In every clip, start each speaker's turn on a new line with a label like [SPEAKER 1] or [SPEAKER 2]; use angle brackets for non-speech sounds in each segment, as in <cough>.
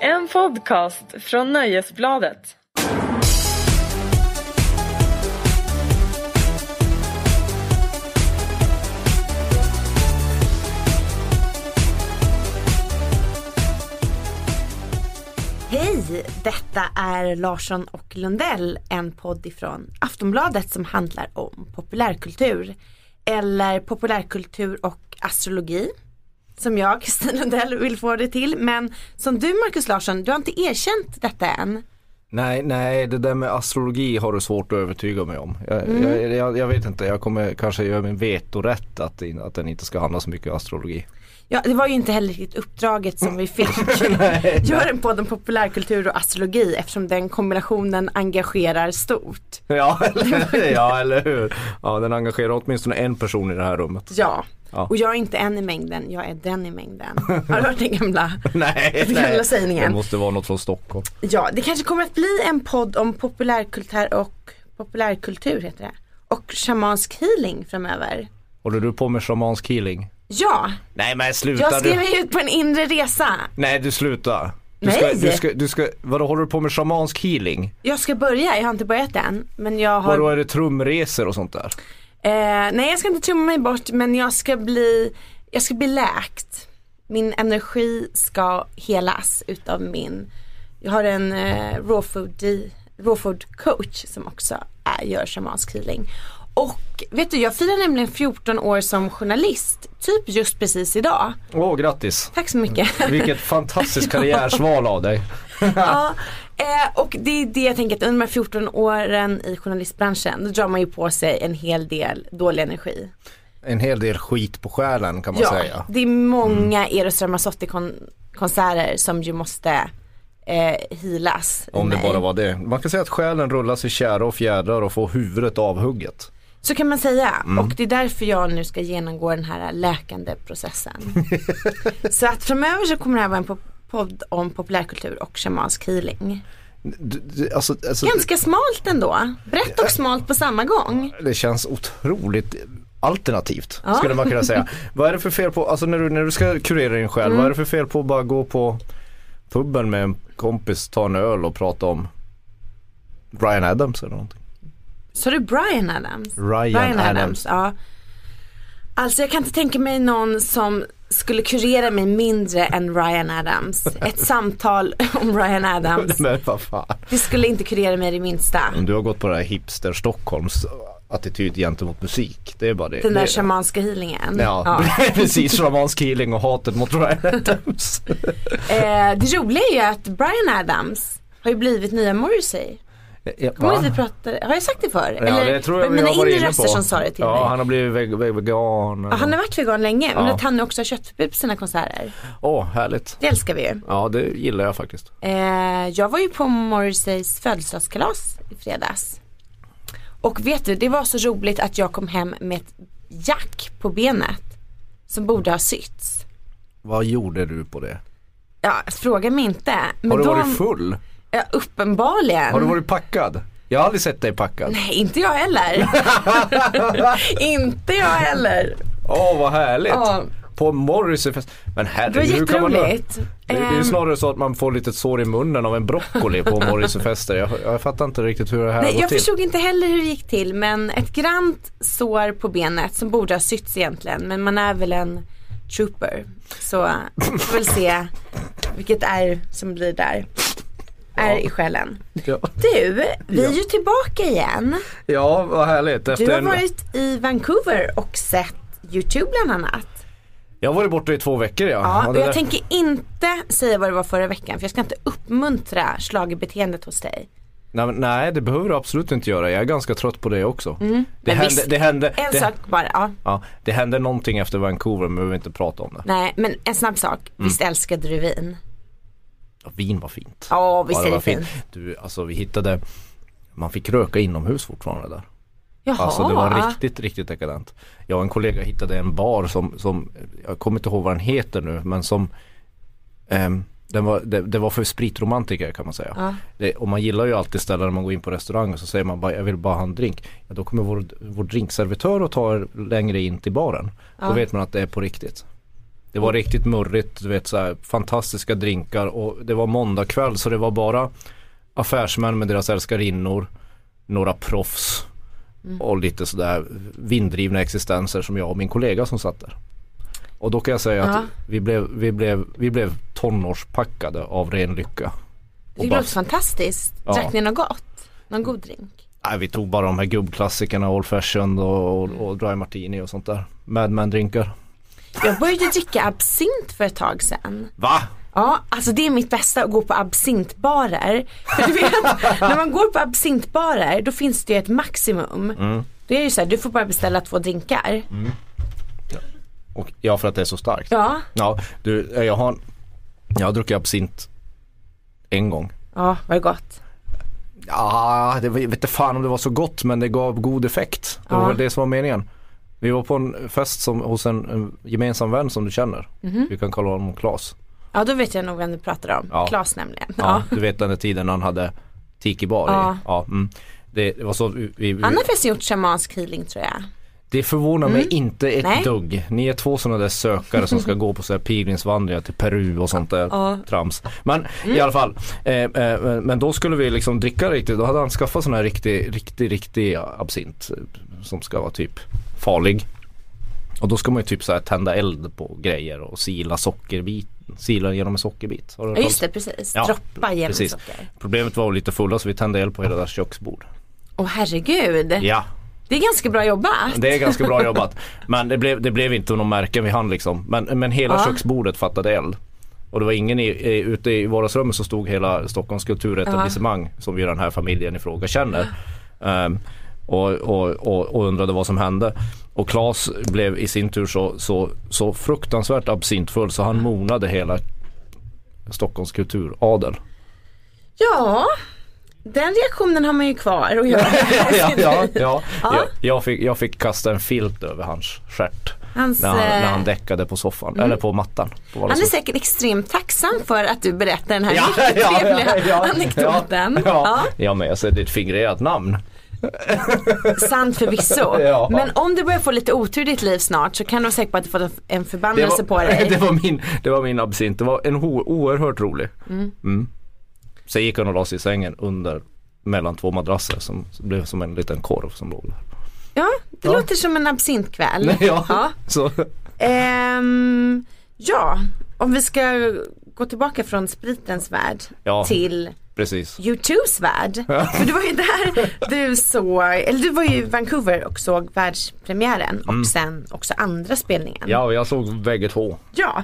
[SPEAKER 1] En podcast från Nöjesbladet.
[SPEAKER 2] Hej! Detta är Larsson och Lundell, en podd ifrån Aftonbladet som handlar om populärkultur. Eller populärkultur och astrologi. Som jag, <laughs> Kristin Lundell, vill få det till. Men som du, Markus Larsson, du har inte erkänt detta än.
[SPEAKER 3] Nej, nej, det där med astrologi har du svårt att övertyga mig om. Jag,
[SPEAKER 2] Mm.
[SPEAKER 3] jag, jag, jag vet inte, jag kommer kanske göra min vetorätt att, in- att den inte ska handla så mycket om astrologi. <laughs>
[SPEAKER 2] Ja, det var ju inte heller riktigt uppdraget som vi fick. <laughs> Gör en podd om populärkultur och astrologi eftersom den kombinationen engagerar stort.
[SPEAKER 3] Ja, eller, ja, eller hur? Ja, den engagerar åtminstone en person i det här rummet. <laughs>
[SPEAKER 2] Ja.
[SPEAKER 3] Ja.
[SPEAKER 2] Och jag är inte en i mängden, jag är den i mängden. Har du hört den gamla?
[SPEAKER 3] Nej,
[SPEAKER 2] Den gamla sägningen.
[SPEAKER 3] det måste vara något från Stockholm.
[SPEAKER 2] Ja, det kanske kommer att bli en podd om populärkultur och populärkultur heter det. Och shamansk healing framöver.
[SPEAKER 3] Håller du på med shamansk healing?
[SPEAKER 2] Ja,
[SPEAKER 3] Nej men
[SPEAKER 2] jag
[SPEAKER 3] sluta
[SPEAKER 2] skrev
[SPEAKER 3] du.
[SPEAKER 2] mig ut på en inre resa.
[SPEAKER 3] Nej du sluta. Du ska,
[SPEAKER 2] Nej.
[SPEAKER 3] Du ska, du ska, vadå håller du på med shamansk healing?
[SPEAKER 2] Jag ska börja, jag har inte börjat än. Men jag har...
[SPEAKER 3] Vadå är det trumresor och sånt där?
[SPEAKER 2] Eh, nej jag ska inte tumma mig bort men jag ska bli, jag ska bli läkt. Min energi ska helas utav min, jag har en eh, raw, food, raw food coach som också är, gör shamansk healing. Och vet du jag firar nämligen 14 år som journalist, typ just precis idag.
[SPEAKER 3] Åh grattis.
[SPEAKER 2] Tack så mycket.
[SPEAKER 3] Vilket fantastiskt karriärsval av dig.
[SPEAKER 2] <laughs> ja, eh, och det är det jag tänker att under de här 14 åren i journalistbranschen då drar man ju på sig en hel del dålig energi.
[SPEAKER 3] En hel del skit på själen kan man säga. Mm.
[SPEAKER 2] det är många Eros Ramazzotti-konserter som ju måste eh, healas. i
[SPEAKER 3] Om det
[SPEAKER 2] mig.
[SPEAKER 3] bara var det. Man kan säga att själen rullas i kära och fjädrar och får huvudet avhugget.
[SPEAKER 2] Så kan man säga.
[SPEAKER 3] Mm.
[SPEAKER 2] Och det är därför jag nu ska genomgå den här läkande
[SPEAKER 3] <laughs>
[SPEAKER 2] processen. så att framöver så kommer det här vara en po- podd om populärkultur och shamansk healing.
[SPEAKER 3] D- d- Alltså, alltså,
[SPEAKER 2] Ganska smalt ändå. Brett och smalt på samma gång.
[SPEAKER 3] det känns otroligt alternativt skulle man kunna säga. vad är det för fel på, alltså när du, när du ska kurera din själ, vad är det för fel på att bara gå på puben med en kompis, ta en öl och prata om Brian Adams eller <laughs> någonting?
[SPEAKER 2] Så det är Brian Adams?
[SPEAKER 3] Ryan Adams.
[SPEAKER 2] ja. Alltså jag kan inte tänka mig någon som skulle kurera mig mindre än Ryan Adams.
[SPEAKER 3] <laughs>
[SPEAKER 2] Ett samtal om Ryan Adams.
[SPEAKER 3] Men vad fan.
[SPEAKER 2] Det skulle inte kurera mig det minsta.
[SPEAKER 3] Om du har gått på det här hipster Stockholms attityd gentemot musik, det är bara det.
[SPEAKER 2] Den där
[SPEAKER 3] det,
[SPEAKER 2] shamanska healingen.
[SPEAKER 3] Ja, <laughs> precis. Shamansk healing och hatet mot Ryan Adams.
[SPEAKER 2] Eh, det roliga är ju att Brian Adams har ju blivit nya Morrissey.
[SPEAKER 3] Ja,
[SPEAKER 2] Kommer du att vi pratade, har jag sagt det förr?
[SPEAKER 3] Ja, det tror jag
[SPEAKER 2] var
[SPEAKER 3] vi
[SPEAKER 2] det
[SPEAKER 3] har varit
[SPEAKER 2] inre
[SPEAKER 3] inne
[SPEAKER 2] röster
[SPEAKER 3] på.
[SPEAKER 2] som sa det till
[SPEAKER 3] ja,
[SPEAKER 2] mig?
[SPEAKER 3] han har blivit veg- veg- vegan.
[SPEAKER 2] Ja, han har varit vegan länge men
[SPEAKER 3] Ja.
[SPEAKER 2] att han nu också har köttförbud på sina konserter.
[SPEAKER 3] Åh, härligt.
[SPEAKER 2] Det älskar vi ju.
[SPEAKER 3] Ja, det gillar jag faktiskt.
[SPEAKER 2] Eh, jag var ju på Morrisseys födelsedagskalas i fredags. Och vet du, det var så roligt att jag kom hem med ett jack på benet. Som borde ha sytts.
[SPEAKER 3] Vad gjorde du på det?
[SPEAKER 2] Ja, fråga mig inte. Men
[SPEAKER 3] Har du
[SPEAKER 2] då,
[SPEAKER 3] varit full?
[SPEAKER 2] Ja, uppenbarligen.
[SPEAKER 3] Har du varit packad? Jag har aldrig sett dig packad.
[SPEAKER 2] Nej, inte jag
[SPEAKER 3] <laughs>
[SPEAKER 2] heller. inte jag heller.
[SPEAKER 3] Åh, vad härligt.
[SPEAKER 2] Ja.
[SPEAKER 3] På Morrisseyfest. Men
[SPEAKER 2] Det var
[SPEAKER 3] herregud, hur kan man... Det,
[SPEAKER 2] jätteroligt.
[SPEAKER 3] det är ju
[SPEAKER 2] Ehm,
[SPEAKER 3] snarare så att man får lite sår i munnen av en
[SPEAKER 2] <laughs>
[SPEAKER 3] broccoli på Morrisseyfester. Jag, jag fattar inte riktigt hur det här har
[SPEAKER 2] Nej,
[SPEAKER 3] gått
[SPEAKER 2] jag
[SPEAKER 3] till.
[SPEAKER 2] förstod inte heller hur det gick till men ett grant sår på benet som borde ha sytts egentligen men man är väl en trooper. Så vi får väl se vilket är som blir där. Är i själen.
[SPEAKER 3] Ja.
[SPEAKER 2] Du, vi är ju tillbaka igen.
[SPEAKER 3] ja, vad härligt. Efter
[SPEAKER 2] Du har
[SPEAKER 3] en...
[SPEAKER 2] varit i Vancouver och sett YouTube bland annat.
[SPEAKER 3] Jag har varit borta i två veckor ja.
[SPEAKER 2] Ja, och
[SPEAKER 3] det
[SPEAKER 2] jag
[SPEAKER 3] där-
[SPEAKER 2] tänker inte säga vad det var förra veckan för jag ska inte uppmuntra schlagerbeteendet hos dig.
[SPEAKER 3] nej, men- nej, det behöver du absolut inte göra. Jag är ganska trött på det också. Det,
[SPEAKER 2] Mm. men
[SPEAKER 3] hände,
[SPEAKER 2] visst,
[SPEAKER 3] det, hände,
[SPEAKER 2] En
[SPEAKER 3] det,
[SPEAKER 2] sak bara, ja.
[SPEAKER 3] ja, det hände någonting efter Vancouver men vi behöver inte prata om det.
[SPEAKER 2] Nej men en snabb sak.
[SPEAKER 3] Mm.
[SPEAKER 2] Visst älskade du vin?
[SPEAKER 3] Ja, vin var fint.
[SPEAKER 2] Ja visst
[SPEAKER 3] det
[SPEAKER 2] är
[SPEAKER 3] var
[SPEAKER 2] det fint.
[SPEAKER 3] Du, alltså vi hittade, man fick röka inomhus fortfarande där.
[SPEAKER 2] Jaha.
[SPEAKER 3] Alltså det var riktigt, riktigt dekadent. Jag och en kollega hittade en bar som, som jag kommer inte ihåg vad den heter nu, men som ehm, den var, det, det var för spritromantiker kan man säga. Det, och man gillar ju alltid ställen när man går in på restaurang och så säger man bara jag vill bara ha en drink. Ja, då kommer vår, vår drinkservitör och tar er längre in till baren. Då vet man att det är på riktigt. Det var riktigt murrigt, du vet så här, fantastiska drinkar och det var måndagkväll så det var bara affärsmän med deras älskarinnor, några proffs och lite sådär vinddrivna existenser som jag och min kollega som satt där. Och då kan jag säga
[SPEAKER 2] Ja.
[SPEAKER 3] att vi blev, vi, blev, vi blev tonårspackade av ren lycka.
[SPEAKER 2] Det
[SPEAKER 3] bara-
[SPEAKER 2] låter fantastiskt.
[SPEAKER 3] Ja.
[SPEAKER 2] Drack ni något gott? Någon god drink?
[SPEAKER 3] Nej, vi tog bara de här gubbklassikerna, Old Fashioned och,
[SPEAKER 2] Mm.
[SPEAKER 3] och, och Dry Martini och sånt där. Mad Men drinkar.
[SPEAKER 2] Jag började dricka absint för ett tag sedan.
[SPEAKER 3] Va?
[SPEAKER 2] Ja, alltså det är mitt bästa att gå på absintbarer. För du
[SPEAKER 3] <laughs>
[SPEAKER 2] vet, när man går på absintbarer då finns det ju ett maximum.
[SPEAKER 3] Mm.
[SPEAKER 2] Då är det ju såhär, du får bara beställa två drinkar.
[SPEAKER 3] Och, ja, för att det är så starkt.
[SPEAKER 2] Ja,
[SPEAKER 3] Ja, du, jag har, jag har druckit absint en gång.
[SPEAKER 2] ja var det gott.
[SPEAKER 3] Ja, det var, jag vet inte fan om det var så gott men det gav god effekt. Det var
[SPEAKER 2] Ja.
[SPEAKER 3] väl det som var meningen. Vi var på en fest som, hos en, en gemensam vän som du känner.
[SPEAKER 2] Mhm.
[SPEAKER 3] Vi kan kalla honom Klas.
[SPEAKER 2] Ja då vet jag nog vem du pratar om.
[SPEAKER 3] Ja.
[SPEAKER 2] Klas nämligen.
[SPEAKER 3] Ja,
[SPEAKER 2] Ja.
[SPEAKER 3] Du vet den där tiden när han hade tiki bar
[SPEAKER 2] Ja.
[SPEAKER 3] i. Ja, mm. det, det var så vi, vi,
[SPEAKER 2] Han har förresten gjort shamansk healing tror jag.
[SPEAKER 3] Det förvånar mig inte ett
[SPEAKER 2] Mm. Nej.
[SPEAKER 3] dugg. Ni är två sådana där sökare som
[SPEAKER 2] <laughs>
[SPEAKER 3] ska gå på så här pilgrimsvandringar till Peru och sånt där
[SPEAKER 2] Ja. Mm.
[SPEAKER 3] trams. Men i alla fall, eh, eh, men då skulle vi liksom dricka riktigt. Då hade han skaffat sån här riktig, riktig, riktig absint eh, som ska vara typ farlig. Och då ska man ju typ så här tända eld på grejer och sila sockerbit, sila genom en sockerbit. Har du hört
[SPEAKER 2] Ja
[SPEAKER 3] talas-
[SPEAKER 2] just det, precis.
[SPEAKER 3] Ja,
[SPEAKER 2] Droppa genom
[SPEAKER 3] precis.
[SPEAKER 2] socker.
[SPEAKER 3] Problemet var lite fulla så vi tände eld på hela deras köksbord.
[SPEAKER 2] Åh herregud.
[SPEAKER 3] Ja,
[SPEAKER 2] Det är ganska bra jobbat.
[SPEAKER 3] Det är ganska bra jobbat. Men det blev, det blev inte någon märken vi hann liksom. Men, men hela
[SPEAKER 2] Ja.
[SPEAKER 3] köksbordet fattade eld. Och det var ingen i, i, ute i vardagsrummet så stod hela Stockholms kulturetablissemang som ju den här familjen i fråga känner. ehm, och, och, och, och undrade vad som hände. Och Claes blev i sin tur så, så, så fruktansvärt absintfull så han monade hela Stockholms kulturadel.
[SPEAKER 2] Ja, den reaktionen har man ju kvar och göra.
[SPEAKER 3] <laughs> ja, ja, ja.
[SPEAKER 2] Ja.
[SPEAKER 3] Jag, jag, fick, jag fick kasta en filt över hans stjärt.
[SPEAKER 2] Hans,
[SPEAKER 3] När han, när
[SPEAKER 2] eh, Mm.
[SPEAKER 3] han däckade på soffan, eller på mattan. På
[SPEAKER 2] Han är
[SPEAKER 3] vardagsrummet.
[SPEAKER 2] säkert extremt tacksam för att du berättar den här mycket trevliga anekdoten.
[SPEAKER 3] Ja, ja.
[SPEAKER 2] Ja,
[SPEAKER 3] ja men alltså, jag ser ditt fingrerat namn.
[SPEAKER 2] sant förvisso.
[SPEAKER 3] <laughs> Ja.
[SPEAKER 2] Men om du börjar få lite otur i ditt liv snart så kan du vara säker på att du fått en förbannelse på dig.
[SPEAKER 3] <laughs> det, var min, det var min absint, det var en ho, oerhört rolig. Mm. Sen gick han och la sig i sängen under mellan två madrasser som blev som en liten korv som låg där.
[SPEAKER 2] Ja, det låter som en absintkväll.
[SPEAKER 3] <laughs> Ja,
[SPEAKER 2] Ja.
[SPEAKER 3] Så,
[SPEAKER 2] Ehm, ja, om vi ska gå tillbaka från spritens värld
[SPEAKER 3] Ja.
[SPEAKER 2] till
[SPEAKER 3] precis.
[SPEAKER 2] U2s värld. För det var ju där du såg, eller du var ju i Vancouver och såg världspremiären och sen också andra spelningen.
[SPEAKER 3] Ja, och jag såg bägge två.
[SPEAKER 2] Ja.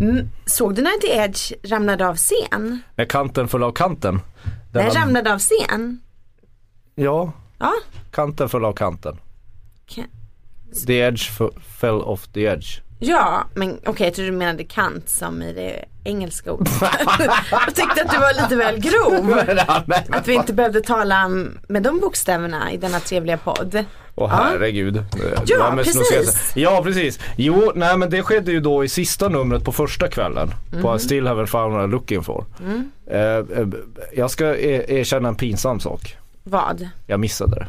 [SPEAKER 2] Mm, Såg du när The Edge ramlade av scen?
[SPEAKER 3] När kanten föll av kanten. Den
[SPEAKER 2] Den
[SPEAKER 3] var-
[SPEAKER 2] ramlade av scen?
[SPEAKER 3] Ja,
[SPEAKER 2] Ja.
[SPEAKER 3] kanten föll av kanten.
[SPEAKER 2] Okej.
[SPEAKER 3] The edge f- fell off the edge.
[SPEAKER 2] Ja, men okej jag trodde du menade kant som i det engelska ordet. jag tyckte att du var lite väl grov. Att vi inte behövde tala om- med de bokstäverna i denna trevliga podd.
[SPEAKER 3] Åh herregud. Det var mest
[SPEAKER 2] precis.
[SPEAKER 3] snuskigaste. Ja precis. Jo, nej men det skedde ju då i sista numret på första kvällen. På I still haven't found what I'm looking for. Eh, eh, jag ska er- erkänna en pinsam sak.
[SPEAKER 2] Vad?
[SPEAKER 3] Jag missade det.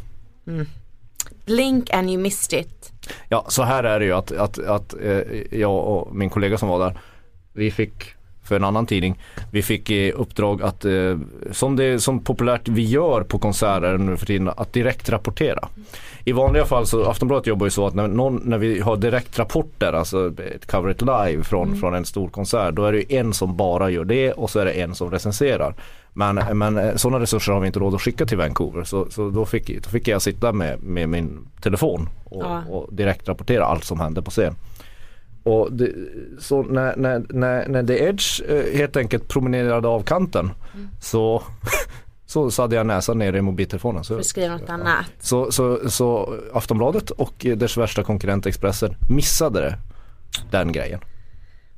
[SPEAKER 2] Blink and you missed it.
[SPEAKER 3] Ja, så här är det ju att, att, att eh, jag och min kollega som var där, vi fick för en annan tidning, vi fick i uppdrag att, eh, som det som populärt vi gör på konserter nu för tiden, att direkt rapportera. I vanliga fall så, Aftonbladet jobbar ju så att när, någon, när vi har direktrapporter, alltså ett cover it live från, från en stor konsert, då är det ju en som bara gör det och så är det en som recenserar. Men, men eh, sådana resurser har vi inte råd att skicka till Vancouver så, så då, fick, då fick jag sitta med, med min telefon och,
[SPEAKER 2] Ja.
[SPEAKER 3] och direktrapportera allt som hände på scen. Och det, så när, när, när, när The Edge eh, helt enkelt promenerade av kanten så, <laughs> så, så hade jag näsan nere i mobiltelefonen. Så,
[SPEAKER 2] Du skriver något annat.
[SPEAKER 3] så, så, så Aftonbladet och eh, dess värsta konkurrent Expressen missade det, den grejen.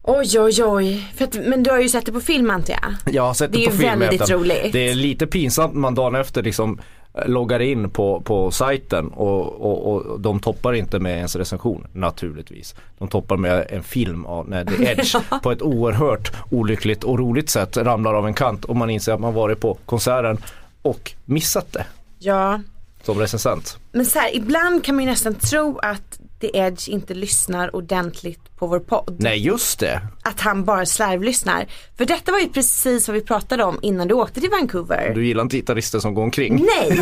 [SPEAKER 2] Oj oj oj. För att, men du har ju sett det på film antar jag?
[SPEAKER 3] Jag har sett det,
[SPEAKER 2] Det är
[SPEAKER 3] på
[SPEAKER 2] ju
[SPEAKER 3] film.
[SPEAKER 2] väldigt
[SPEAKER 3] Ethan.
[SPEAKER 2] roligt.
[SPEAKER 3] Det är lite pinsamt när man dagen efter liksom eh, loggar in på, på sajten och, och, och de toppar inte med ens recension naturligtvis. De toppar med en film av när The
[SPEAKER 2] <laughs>
[SPEAKER 3] Edge på ett oerhört olyckligt och roligt sätt ramlar av en kant och man inser att man varit på konserten och missat det
[SPEAKER 2] Ja.
[SPEAKER 3] som recensent.
[SPEAKER 2] Men så här, ibland kan man ju nästan tro att The Edge inte lyssnar ordentligt på vår podd.
[SPEAKER 3] Nej just det.
[SPEAKER 2] Att han bara slarvlyssnar. För detta var ju precis vad vi pratade om innan du åkte till Vancouver.
[SPEAKER 3] Du gillar inte gitarrister som går
[SPEAKER 2] Mm.
[SPEAKER 3] omkring. <laughs>
[SPEAKER 2] Nej!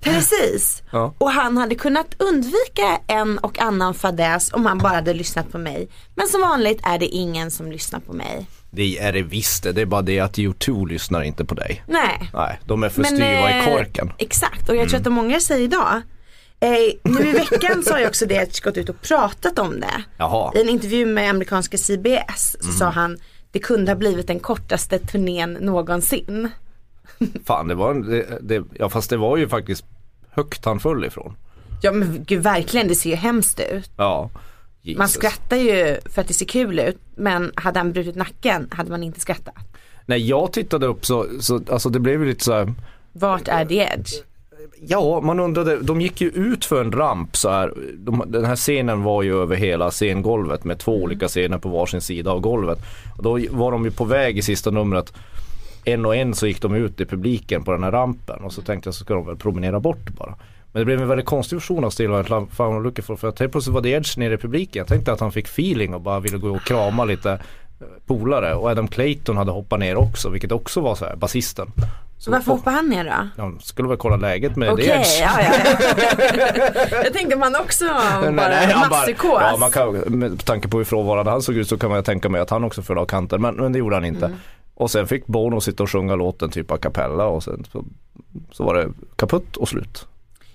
[SPEAKER 2] precis.
[SPEAKER 3] Ja.
[SPEAKER 2] Och han hade kunnat undvika en och annan fadäs om han bara hade lyssnat på mig. Men som vanligt är det ingen som lyssnar på mig.
[SPEAKER 3] Det är det visst det. Det är bara det att U2 lyssnar inte på dig.
[SPEAKER 2] Nej.
[SPEAKER 3] Nej, de är för styva i
[SPEAKER 2] eh,
[SPEAKER 3] korken. Mm.
[SPEAKER 2] Exakt och jag tror att det många säger idag. Eh, nu i veckan så har ju också det Edge gått ut och pratat om det.
[SPEAKER 3] Jaha. Mm.
[SPEAKER 2] I en intervju med amerikanska CBS så sa han det kunde ha blivit den kortaste turnén någonsin.
[SPEAKER 3] Fan det var en, det, det, ja fast det var ju faktiskt högt han föll ifrån.
[SPEAKER 2] Ja men gud verkligen det ser ju hemskt ut.
[SPEAKER 3] Ja. Jesus.
[SPEAKER 2] Man skrattar ju för att det ser kul ut men hade han brutit nacken hade man inte skrattat.
[SPEAKER 3] När jag tittade upp så, så alltså det blev ju lite så här,
[SPEAKER 2] Vart är The Edge?
[SPEAKER 3] ja man undrade, de gick ju ut för en ramp så här. De, den här scenen var ju över hela scengolvet med två olika scener på varsin sida av golvet. Och då var de ju på väg i sista numret en och en så gick de ut i publiken på den här rampen och så tänkte jag så ska de väl promenera bort bara. Men det blev en väldigt konstig version av Still White Fan och Lucky for, för att helt plötsligt var det Edge nere i publiken. Jag tänkte att han fick feeling och bara ville gå och krama lite eh, polare och Adam Clayton hade hoppat ner också vilket också var så här basisten. Så
[SPEAKER 2] Varför
[SPEAKER 3] folk-
[SPEAKER 2] hoppar han ner då?
[SPEAKER 3] de skulle väl kolla läget med
[SPEAKER 2] Okej,
[SPEAKER 3] det Edge.
[SPEAKER 2] ja,
[SPEAKER 3] <laughs>
[SPEAKER 2] ja, ja. Jag tänkte man också bara
[SPEAKER 3] han bara-
[SPEAKER 2] masspsykos.
[SPEAKER 3] ja, man kan, med tanke på hur frånvarande han såg ut så kan man ju tänka mig att han också föll av kanten men, men det gjorde han inte.
[SPEAKER 2] Mm.
[SPEAKER 3] Och sen fick Bono sitta och sjunga låten typ a cappella och sen så, så var det kaputt och slut.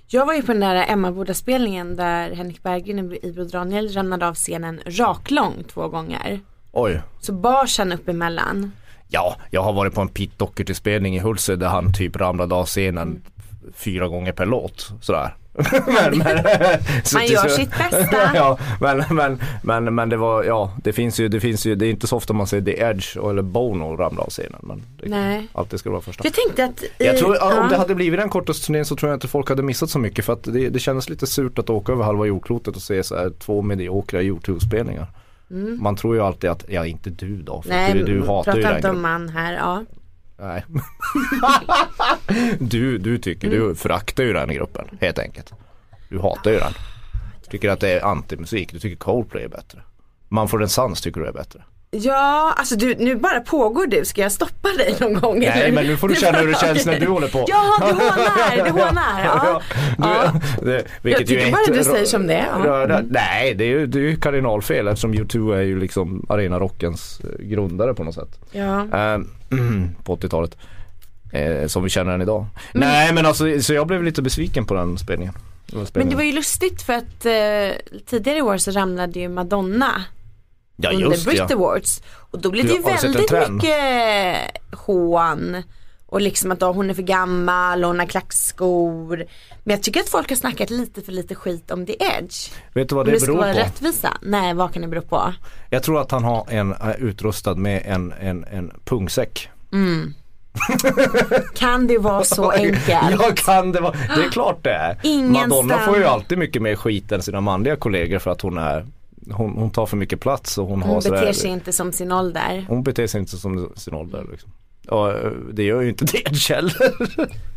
[SPEAKER 2] Jag var ju på den där Emmaboda-spelningen där Henrik Berggren och Ibro Daniel ramlade av scenen raklång två gånger.
[SPEAKER 3] Oj.
[SPEAKER 2] Så bars han upp emellan.
[SPEAKER 3] Ja, jag har varit på en Pete Doherty-spelning i Hultsfred där han typ ramlade av scenen f- fyra gånger per låt. Sådär. <laughs> men, men, <laughs> så
[SPEAKER 2] Man
[SPEAKER 3] till
[SPEAKER 2] gör
[SPEAKER 3] slut-
[SPEAKER 2] sitt bästa.
[SPEAKER 3] <laughs> ja, men, men, men, men det var, ja det finns ju, det finns ju, det är inte så ofta man ser The Edge och- eller Bono ramla av scenen. Men det,
[SPEAKER 2] Nej.
[SPEAKER 3] alltid ska det vara första.
[SPEAKER 2] Jag tänkte att... i-
[SPEAKER 3] Jag tror, ja,
[SPEAKER 2] ja.
[SPEAKER 3] om det hade blivit den kortaste turnén så tror jag inte folk hade missat så mycket för att det, det kändes lite surt att åka över halva jordklotet och se så här två mediokra YouTube-spelningar. Man tror ju alltid att, ja inte du då, för
[SPEAKER 2] Mm. Nej,
[SPEAKER 3] du, du hatar
[SPEAKER 2] prata
[SPEAKER 3] ju
[SPEAKER 2] inte
[SPEAKER 3] den gruppen.
[SPEAKER 2] om man här. Ja.
[SPEAKER 3] Nej. <laughs> du, du tycker,
[SPEAKER 2] Mm.
[SPEAKER 3] du föraktar ju den gruppen helt enkelt. Du hatar ju den. Du tycker att det är antimusik, du tycker Coldplay är bättre. Man får en sans tycker du är bättre.
[SPEAKER 2] ja, alltså du, nu bara pågår du. Ska jag stoppa dig någon gång?
[SPEAKER 3] Nej men nu får du känna hur det känns när du håller på.
[SPEAKER 2] Ja, du hånar, du hånar.
[SPEAKER 3] <laughs>
[SPEAKER 2] Ja.
[SPEAKER 3] Du,
[SPEAKER 2] Ja.
[SPEAKER 3] det, vilket
[SPEAKER 2] Jag tycker
[SPEAKER 3] ju är
[SPEAKER 2] bara
[SPEAKER 3] inte
[SPEAKER 2] du
[SPEAKER 3] rö-
[SPEAKER 2] säger som det är, ja. Mm.
[SPEAKER 3] röra- Nej det är ju, det är ju kardinalfel eftersom U2 är ju liksom arenarockens eh, grundare på något sätt.
[SPEAKER 2] Ja.
[SPEAKER 3] Ehm, på 80-talet. Eh, som vi känner den idag. Nej men alltså så jag blev lite besviken på den spelningen. Den här
[SPEAKER 2] Mm. Men
[SPEAKER 3] spelningen.
[SPEAKER 2] det var ju lustigt för att eh, tidigare i år så ramlade ju Madonna
[SPEAKER 3] ja,
[SPEAKER 2] under
[SPEAKER 3] just,
[SPEAKER 2] Brit
[SPEAKER 3] ja.
[SPEAKER 2] Awards. Och då blev det
[SPEAKER 3] Du,
[SPEAKER 2] ju
[SPEAKER 3] har du sett en
[SPEAKER 2] väldigt
[SPEAKER 3] trend?
[SPEAKER 2] mycket hån. Och liksom att ja, hon är för gammal och hon har klackskor. Men jag tycker att folk har snackat lite för lite skit om The Edge.
[SPEAKER 3] Vet du vad
[SPEAKER 2] Om det
[SPEAKER 3] det
[SPEAKER 2] ska
[SPEAKER 3] beror på?
[SPEAKER 2] vara rättvisa. Nej vad kan det bero på?
[SPEAKER 3] Jag tror att han har en eh, utrustad med en, en, en pungsäck.
[SPEAKER 2] Kan det vara
[SPEAKER 3] <laughs>
[SPEAKER 2] så enkelt?
[SPEAKER 3] Jag kan det vara, det är klart det är.
[SPEAKER 2] Ah, Ingen
[SPEAKER 3] Madonna
[SPEAKER 2] standard.
[SPEAKER 3] får ju alltid mycket mer skit än sina manliga kollegor för att hon är Hon, hon tar för mycket plats och hon, har
[SPEAKER 2] Hon
[SPEAKER 3] sådär-
[SPEAKER 2] beter sig inte som sin ålder.
[SPEAKER 3] hon beter sig inte som sin ålder liksom. Ja, det gör ju inte <laughs>
[SPEAKER 2] <laughs>
[SPEAKER 3] det heller.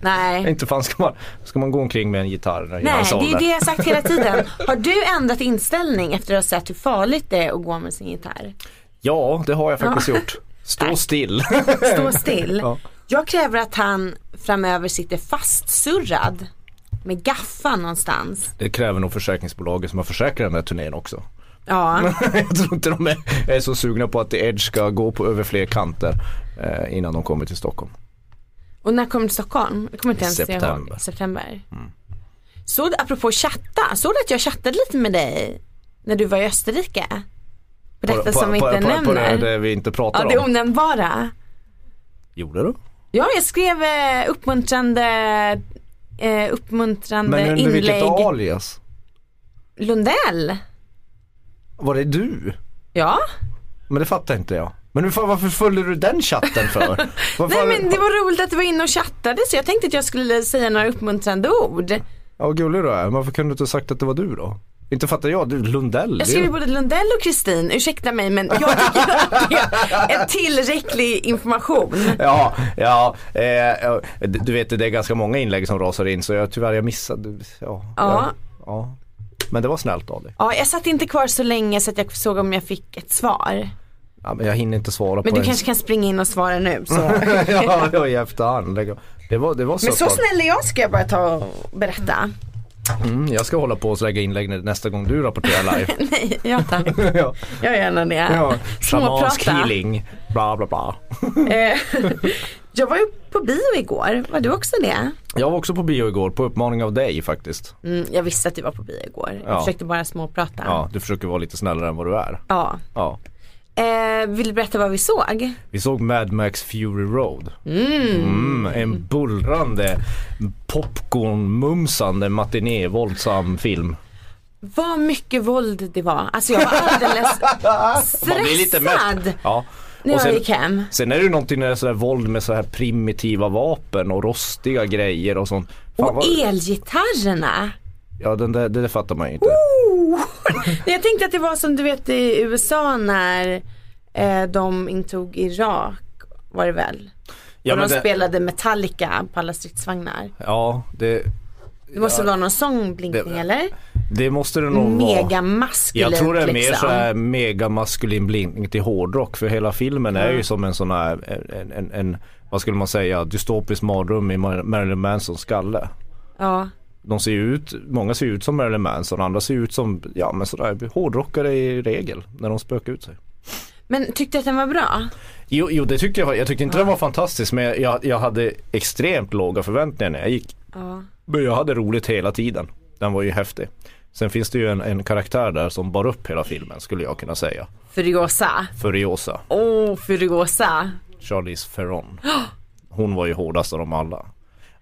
[SPEAKER 2] Nej.
[SPEAKER 3] inte fan ska man, ska man gå omkring med en gitarr när
[SPEAKER 2] Nej,
[SPEAKER 3] hans
[SPEAKER 2] det är
[SPEAKER 3] ålder.
[SPEAKER 2] ju det jag har sagt hela tiden.
[SPEAKER 3] <laughs>
[SPEAKER 2] Har du ändrat inställning efter att ha sett hur farligt det är att gå med sin gitarr?
[SPEAKER 3] Ja, det har jag faktiskt gjort. Stå still. <laughs>
[SPEAKER 2] stå still.
[SPEAKER 3] Ja.
[SPEAKER 2] Jag kräver att han framöver sitter fastsurrad med gaffeln någonstans.
[SPEAKER 3] Det kräver nog försäkringsbolaget som har försäkrat den här turnén också. <laughs>
[SPEAKER 2] Ja,
[SPEAKER 3] jag tror inte de är, är så sugna på att The Edge ska gå på över fler kanter eh, innan de kommer till Stockholm.
[SPEAKER 2] och när kommer du till Stockholm? Jag kommer inte ens
[SPEAKER 3] September. Mm.
[SPEAKER 2] ihåg. September. Så apropå chatta, såg du att jag chattade lite med dig när du var i Österrike? På detta som vi inte
[SPEAKER 3] på,
[SPEAKER 2] nämner.
[SPEAKER 3] På det, det vi inte
[SPEAKER 2] ja,
[SPEAKER 3] pratar
[SPEAKER 2] det
[SPEAKER 3] om.
[SPEAKER 2] onämnbara.
[SPEAKER 3] Gjorde du?
[SPEAKER 2] Ja, jag skrev eh, uppmuntrande, eh, uppmuntrande
[SPEAKER 3] Men under vilket
[SPEAKER 2] inlägg.
[SPEAKER 3] alias?
[SPEAKER 2] Lundell.
[SPEAKER 3] Var det du?
[SPEAKER 2] Ja.
[SPEAKER 3] Men det fattar inte jag. Men hur fan, varför följde du den chatten för?
[SPEAKER 2] <laughs> Nej
[SPEAKER 3] Varför-
[SPEAKER 2] men det var roligt att du var inne och chattade så jag tänkte att jag skulle säga några uppmuntrande ord.
[SPEAKER 3] Ja vad gullig du är, varför kunde du inte ha sagt att det var du då? Inte fattar jag, du Lundell. det är-
[SPEAKER 2] Jag skrev ju både Lundell och Kristin, ursäkta mig men jag tycker att det är tillräcklig information.
[SPEAKER 3] Ja, ja, eh, ja, du vet det är ganska många inlägg som rasar in så jag, tyvärr jag missade, ja.
[SPEAKER 2] Ja.
[SPEAKER 3] ja. Men det var snällt av dig.
[SPEAKER 2] Ja, jag satt inte kvar så länge så att jag såg om jag fick ett svar.
[SPEAKER 3] Ja, men jag hinner inte svara på
[SPEAKER 2] Men du
[SPEAKER 3] det.
[SPEAKER 2] kanske kan springa in och svara nu.
[SPEAKER 3] Mm.
[SPEAKER 2] Så.
[SPEAKER 3] <laughs> ja, ja, i efterhand. Lägg av. Det var, det var <laughs>
[SPEAKER 2] Men så
[SPEAKER 3] bra.
[SPEAKER 2] snäll är jag ska jag bara ta och berätta.
[SPEAKER 3] Mm, jag ska hålla på och lägga inlägg nä- nästa gång du rapporterar live.
[SPEAKER 2] Nej, ja tack.
[SPEAKER 3] <laughs> ja.
[SPEAKER 2] Jag gör gärna det.
[SPEAKER 3] ja. Shamansk
[SPEAKER 2] Småprata.
[SPEAKER 3] healing. Bla bla <laughs> bla.
[SPEAKER 2] <laughs> Eh, jag var ju på bio igår, var du också det?
[SPEAKER 3] Jag var också på bio igår på uppmaning av dig faktiskt.
[SPEAKER 2] Mm, jag visste att du var på bio igår, jag
[SPEAKER 3] Ja.
[SPEAKER 2] försökte bara småprata.
[SPEAKER 3] Ja, du försöker vara lite snällare än vad du är.
[SPEAKER 2] Ja.
[SPEAKER 3] Ja.
[SPEAKER 2] Eh, vill du berätta vad vi såg?
[SPEAKER 3] Vi såg Mad Max Fury Road. Mm, en bullrande, popcornmumsande, matinévåldsam film.
[SPEAKER 2] Vad mycket våld det var, alltså jag var alldeles
[SPEAKER 3] <laughs> Man blir lite
[SPEAKER 2] stressad
[SPEAKER 3] mätt. Ja.
[SPEAKER 2] när
[SPEAKER 3] Och
[SPEAKER 2] jag
[SPEAKER 3] sen-
[SPEAKER 2] gick hem.
[SPEAKER 3] Sen är det ju någonting när det är sådär våld med så här primitiva vapen och rostiga grejer och sånt. Fan,
[SPEAKER 2] Och
[SPEAKER 3] <laughs>
[SPEAKER 2] elgitarrerna.
[SPEAKER 3] Ja den där, det där fattar man ju inte.
[SPEAKER 2] Oh. jag tänkte att det var som du vet i USA när eh, de intog Irak var det väl?
[SPEAKER 3] Ja,
[SPEAKER 2] och de
[SPEAKER 3] men det,
[SPEAKER 2] spelade Metallica på alla stridsvagnar.
[SPEAKER 3] ja det,
[SPEAKER 2] Det måste
[SPEAKER 3] Ja.
[SPEAKER 2] vara någon sångblinkning
[SPEAKER 3] Det-
[SPEAKER 2] eller?
[SPEAKER 3] det måste det nog vara.
[SPEAKER 2] Mega maskulint
[SPEAKER 3] Jag tror det är mer
[SPEAKER 2] liksom.
[SPEAKER 3] så här mega maskulin blinkning till hårdrock för hela filmen är
[SPEAKER 2] Mm.
[SPEAKER 3] ju som en sån här, en, en, en vad skulle man säga, dystopisk mardröm i Mar- Marilyn Mansons skalle.
[SPEAKER 2] Ja.
[SPEAKER 3] De ser ju ut, många ser ju ut som Marilyn Manson, andra ser ju ut som, ja men sådär hårdrockare i regel när de spökar ut sig.
[SPEAKER 2] Men tyckte du att den var bra?
[SPEAKER 3] Jo, jo det tyckte jag, jag tyckte inte den var fantastisk men jag- jag, jag hade extremt låga förväntningar när jag gick.
[SPEAKER 2] Ja.
[SPEAKER 3] Men jag hade roligt hela tiden. Den var ju häftig. Sen finns det ju en, en karaktär där som bar upp hela filmen skulle jag kunna säga.
[SPEAKER 2] Furiosa.
[SPEAKER 3] Furiosa,
[SPEAKER 2] Åh, oh, Furiosa.
[SPEAKER 3] Charlize Theron. Hon var ju hårdast av dem alla.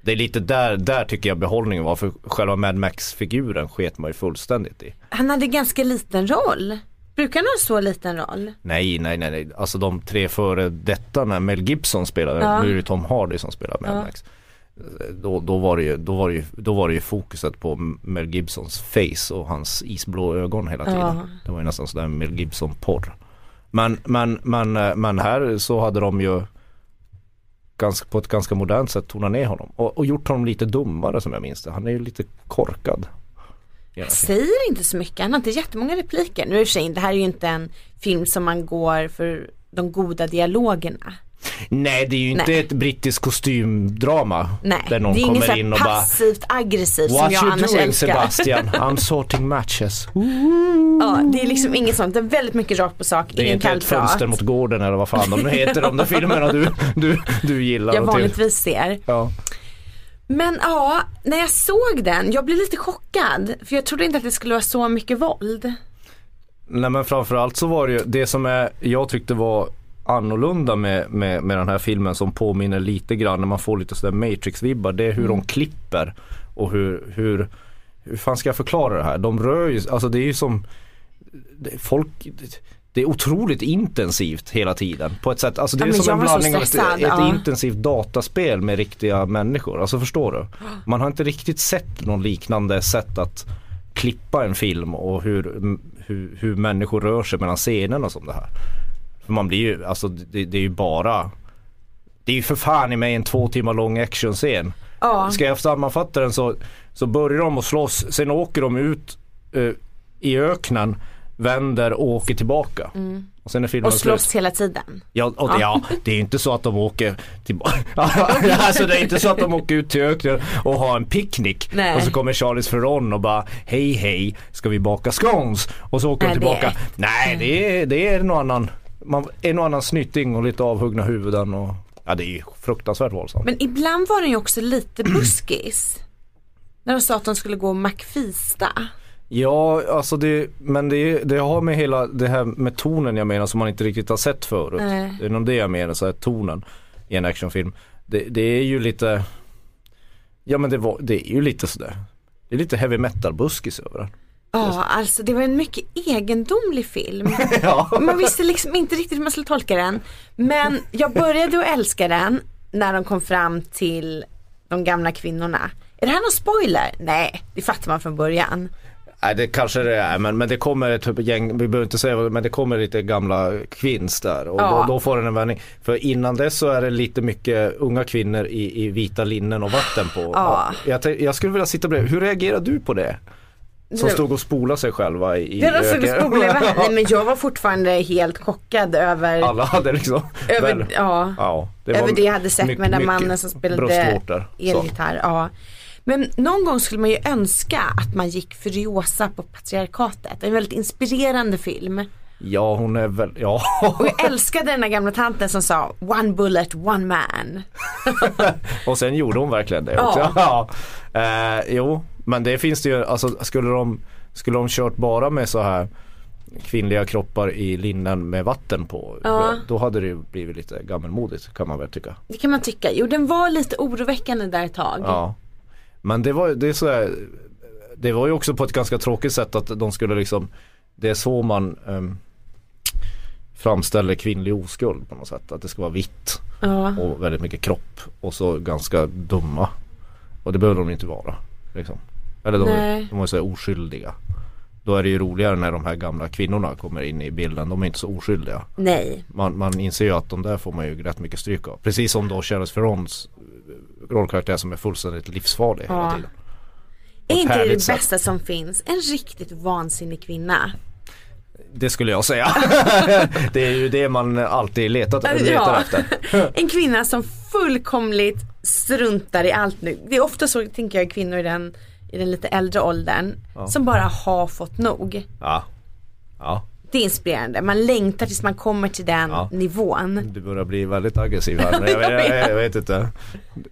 [SPEAKER 3] Det är lite där, där tycker jag behållningen var för själva Mad Max-figuren sket man ju fullständigt i.
[SPEAKER 2] Han hade ganska liten roll. Brukar han ha så liten roll?
[SPEAKER 3] Nej, nej, nej, nej. Alltså de tre före detta när Mel Gibson spelade,
[SPEAKER 2] Ja.
[SPEAKER 3] nu är det Tom Hardy som spelar Mad
[SPEAKER 2] Ja.
[SPEAKER 3] Max. Då, då, var det ju, då, var det ju, då var det ju fokuset på Mel Gibsons face och hans isblå ögon hela tiden.
[SPEAKER 2] Ja.
[SPEAKER 3] Det var ju nästan sådär Mel Gibson-porr. Men, men, men, eh, men här så hade de ju ganska, på ett ganska modernt sätt tonat ner honom. Och, och gjort honom lite dummare som jag minns det. Han är ju lite korkad. Ja,
[SPEAKER 2] Säger inte så mycket, han har inte jättemånga repliker. Nu är det, för sig, det här är ju inte en film som man går för de goda dialogerna.
[SPEAKER 3] Nej det är ju inte
[SPEAKER 2] Nej.
[SPEAKER 3] ett brittiskt kostymdrama.
[SPEAKER 2] Nej,
[SPEAKER 3] där någon
[SPEAKER 2] det är inget så
[SPEAKER 3] kommer
[SPEAKER 2] här
[SPEAKER 3] in och bara
[SPEAKER 2] passivt aggressivt som
[SPEAKER 3] What
[SPEAKER 2] jag
[SPEAKER 3] you
[SPEAKER 2] annars
[SPEAKER 3] doing
[SPEAKER 2] älskar.
[SPEAKER 3] Sebastian? I'm sorting matches.
[SPEAKER 2] <laughs> Ja, det är liksom inget sånt, det är väldigt mycket rakt på sak,
[SPEAKER 3] Det är
[SPEAKER 2] ingen
[SPEAKER 3] inte ett
[SPEAKER 2] kallprat.
[SPEAKER 3] fönster mot gården eller vad fan de nu heter de där filmerna du, du, du gillar.
[SPEAKER 2] Jag
[SPEAKER 3] och till-
[SPEAKER 2] vanligtvis ser.
[SPEAKER 3] Ja.
[SPEAKER 2] Men ja, när jag såg den, jag blev lite chockad. För jag trodde inte att det skulle vara så mycket våld.
[SPEAKER 3] Nej men framförallt så var det ju det som är, jag tyckte var annorlunda med, med, med den här filmen som påminner lite grann när man får lite sådär Matrix-vibbar. Det är hur
[SPEAKER 2] Mm.
[SPEAKER 3] de klipper och hur, hur, hur fan ska jag förklara det här? De rör ju, alltså det är ju som, det, folk det- det är otroligt intensivt hela tiden på ett sätt. Alltså det
[SPEAKER 2] Ja,
[SPEAKER 3] är
[SPEAKER 2] men
[SPEAKER 3] som en
[SPEAKER 2] jag var så
[SPEAKER 3] blandning av ett,
[SPEAKER 2] stressad,
[SPEAKER 3] ett
[SPEAKER 2] ja.
[SPEAKER 3] intensivt dataspel med riktiga människor. Alltså förstår du? Man har inte riktigt sett någon liknande sätt att klippa en film och hur, hur, hur människor rör sig mellan scenerna som det här. För man blir ju, alltså det, det är ju bara Det är ju för fan i mig en två timmar lång actionscen.
[SPEAKER 2] Ja,
[SPEAKER 3] Ska jag sammanfatta den så, så börjar de att slåss, sen åker de ut eh, i öknen, vänder och åker tillbaka. Och sen är filmen
[SPEAKER 2] Mm. och
[SPEAKER 3] slut.
[SPEAKER 2] slåss hela tiden.
[SPEAKER 3] Ja, och det, ja, det är ju inte så att de åker tillbaka. <laughs> alltså det är inte så att de åker ut till öknen och har en picknick.
[SPEAKER 2] Nej.
[SPEAKER 3] Och så kommer Charles Ferron och bara hej hej ska vi baka scones? Och så åker
[SPEAKER 2] Nej,
[SPEAKER 3] de
[SPEAKER 2] det Mm. är
[SPEAKER 3] tillbaka.
[SPEAKER 2] ett.
[SPEAKER 3] Nej det är, det är någon annan, man, en och annan snyting och lite avhuggna huvuden och ja det är ju fruktansvärt våldsamt.
[SPEAKER 2] Men ibland var den ju också lite buskis. När de sa att de skulle gå och mackfista.
[SPEAKER 3] Ja alltså det, men det, det har med hela det här med tonen jag menar som man inte riktigt har sett förut.
[SPEAKER 2] Nej.
[SPEAKER 3] Det är nog det jag menar, så här tonen i en actionfilm. Det, det är ju lite, ja men det, var, det är ju lite sådär. Det är lite heavy metal buskis över den.
[SPEAKER 2] Ja, alltså det var en mycket egendomlig film.
[SPEAKER 3] Ja.
[SPEAKER 2] Man visste liksom inte riktigt hur man skulle tolka den. Men jag började att älska den när de kom fram till de gamla kvinnorna. Är det här någon spoiler? Nej, det fattar man från början.
[SPEAKER 3] Nej det kanske det är men, men det kommer ett typ gäng, vi behöver inte säga vad- men det kommer lite gamla kvinns där och
[SPEAKER 2] Ja.
[SPEAKER 3] då, då får den en vändning. För innan dess så är det lite mycket unga kvinnor i, i vita linnen och vatten på.
[SPEAKER 2] Ja.
[SPEAKER 3] Jag, tänk- jag skulle vilja sitta bredvid, hur reagerar du på det? Som stod och spolade sig själva i
[SPEAKER 2] Det var så
[SPEAKER 3] öken. <laughs>
[SPEAKER 2] skogliga Nej men jag var fortfarande helt chockad över,
[SPEAKER 3] Alla hade liksom
[SPEAKER 2] över,
[SPEAKER 3] väl-
[SPEAKER 2] ja,
[SPEAKER 3] ja, det var
[SPEAKER 2] över det jag hade sett
[SPEAKER 3] mycket-
[SPEAKER 2] med den där
[SPEAKER 3] mycket
[SPEAKER 2] mannen som spelade
[SPEAKER 3] bröstvårtor. Så.
[SPEAKER 2] elgitarr. Ja. Men någon gång skulle man ju önska att man gick Furiosa på patriarkatet. En väldigt inspirerande film.
[SPEAKER 3] Ja hon är väl, ja. <laughs>
[SPEAKER 2] Och jag älskade den där gamla tanten som sa one bullet, one man.
[SPEAKER 3] Och sen gjorde hon verkligen det
[SPEAKER 2] Ja.
[SPEAKER 3] också. Ja. <laughs> Eh, jo, men det finns det ju, alltså skulle de, skulle de kört bara med så här kvinnliga kroppar i linnen med vatten på.
[SPEAKER 2] Ja.
[SPEAKER 3] Då hade det ju blivit lite gammelmodigt kan man väl tycka.
[SPEAKER 2] Det kan man tycka. Jo den var lite oroväckande där ett tag.
[SPEAKER 3] Ja. Men det var, det, är så här, det var ju också på ett ganska tråkigt sätt att de skulle liksom Det är så man um, framställer kvinnlig oskuld på något sätt. Att det ska vara vitt
[SPEAKER 2] Ja.
[SPEAKER 3] och väldigt mycket kropp och så ganska dumma. Och det behöver de inte vara. Liksom. Eller de,
[SPEAKER 2] Nej.
[SPEAKER 3] de var ju så här oskyldiga. Då är det ju roligare när de här gamla kvinnorna kommer in i bilden. De är inte så oskyldiga.
[SPEAKER 2] Nej.
[SPEAKER 3] Man, man inser ju att de där får man ju rätt mycket stryk av. Precis som då Charles Ferrons eh, rollkaraktär som är fullständigt livsfarlig hela
[SPEAKER 2] Ja.
[SPEAKER 3] tiden.
[SPEAKER 2] Är
[SPEAKER 3] ett
[SPEAKER 2] inte det
[SPEAKER 3] härligt
[SPEAKER 2] det
[SPEAKER 3] sätt.
[SPEAKER 2] bästa som finns? En riktigt vansinnig kvinna.
[SPEAKER 3] Det skulle jag säga. <laughs> det är ju det man alltid letat letar
[SPEAKER 2] Ja.
[SPEAKER 3] efter.
[SPEAKER 2] En kvinna som fullkomligt struntar i allt nu. Det är ofta så tänker jag kvinnor i den, i den lite äldre åldern. Som bara har fått nog.
[SPEAKER 3] Ja. ja,
[SPEAKER 2] Det är inspirerande. Man längtar tills man kommer till den
[SPEAKER 3] Ja.
[SPEAKER 2] nivån.
[SPEAKER 3] du börjar bli väldigt aggressiv här. Men jag, vet, jag, vet inte.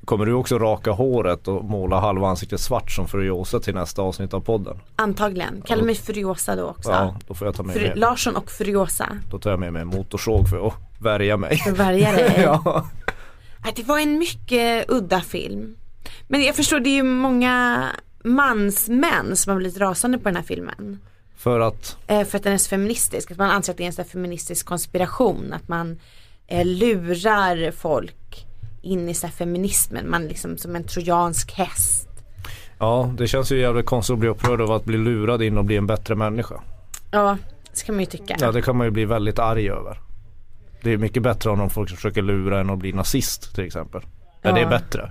[SPEAKER 3] Kommer du också raka håret och måla halva ansiktet svart som Furiosa till nästa avsnitt av podden?
[SPEAKER 2] Antagligen. Kalla mig Furiosa då också.
[SPEAKER 3] Ja, då får jag ta med
[SPEAKER 2] Fur-
[SPEAKER 3] mig,
[SPEAKER 2] Larsson och Furiosa.
[SPEAKER 3] då tar jag med mig en motorsåg för att värja mig.
[SPEAKER 2] Värja dig.
[SPEAKER 3] <laughs> ja.
[SPEAKER 2] Nej, Det var en mycket udda film. Men jag förstår det är ju många mansmän som har blivit rasande på den här filmen.
[SPEAKER 3] För att
[SPEAKER 2] Eh, för att den är så feministisk. Att man anser att det är en sån här feministisk konspiration. Att man eh, lurar folk in i så här feminismen. Man liksom som en trojansk häst.
[SPEAKER 3] Ja, det känns ju jävligt konstigt att bli upprörd över att bli lurad in och bli en bättre människa.
[SPEAKER 2] Ja, så kan man ju tycka.
[SPEAKER 3] Ja, det kan man ju bli väldigt arg över. Det är mycket bättre om de folk som försöker lura än att bli nazist till exempel. Ja, det är
[SPEAKER 2] Ja.
[SPEAKER 3] bättre.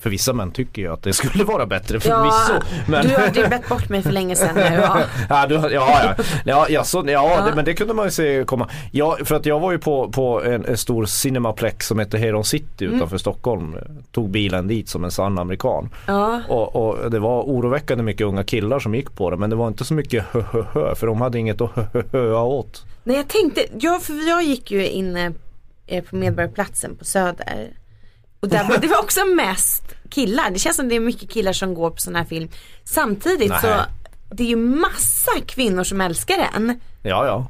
[SPEAKER 3] För vissa män tycker ju att det skulle vara bättre
[SPEAKER 2] Ja,
[SPEAKER 3] förvisso. men...
[SPEAKER 2] Du har dribbat bort mig för länge
[SPEAKER 3] <laughs>
[SPEAKER 2] sedan nu. Ja.
[SPEAKER 3] Ja, du, ja,
[SPEAKER 2] <laughs>
[SPEAKER 3] ja. ja, ja, så, ja,
[SPEAKER 2] Ja.
[SPEAKER 3] Det, men det kunde man ju se komma. Ja, för att jag var ju på, på en, en stor cinemaplex som heter Heron City
[SPEAKER 2] Mm.
[SPEAKER 3] utanför Stockholm. Tog bilen dit som en sann amerikan.
[SPEAKER 2] Ja.
[SPEAKER 3] Och, och det var oroväckande mycket unga killar som gick på det men det var inte så mycket hö, hö, hö för de hade inget att hö, hö, hö åt.
[SPEAKER 2] Nej jag tänkte, ja, för jag gick ju inne eh, på Medborgarplatsen på Söder. Och där var, det var också mest killar. Det känns som det är mycket killar som går på sån här film. Samtidigt så
[SPEAKER 3] Nej.
[SPEAKER 2] det är ju massa kvinnor som älskar den.
[SPEAKER 3] Ja, ja.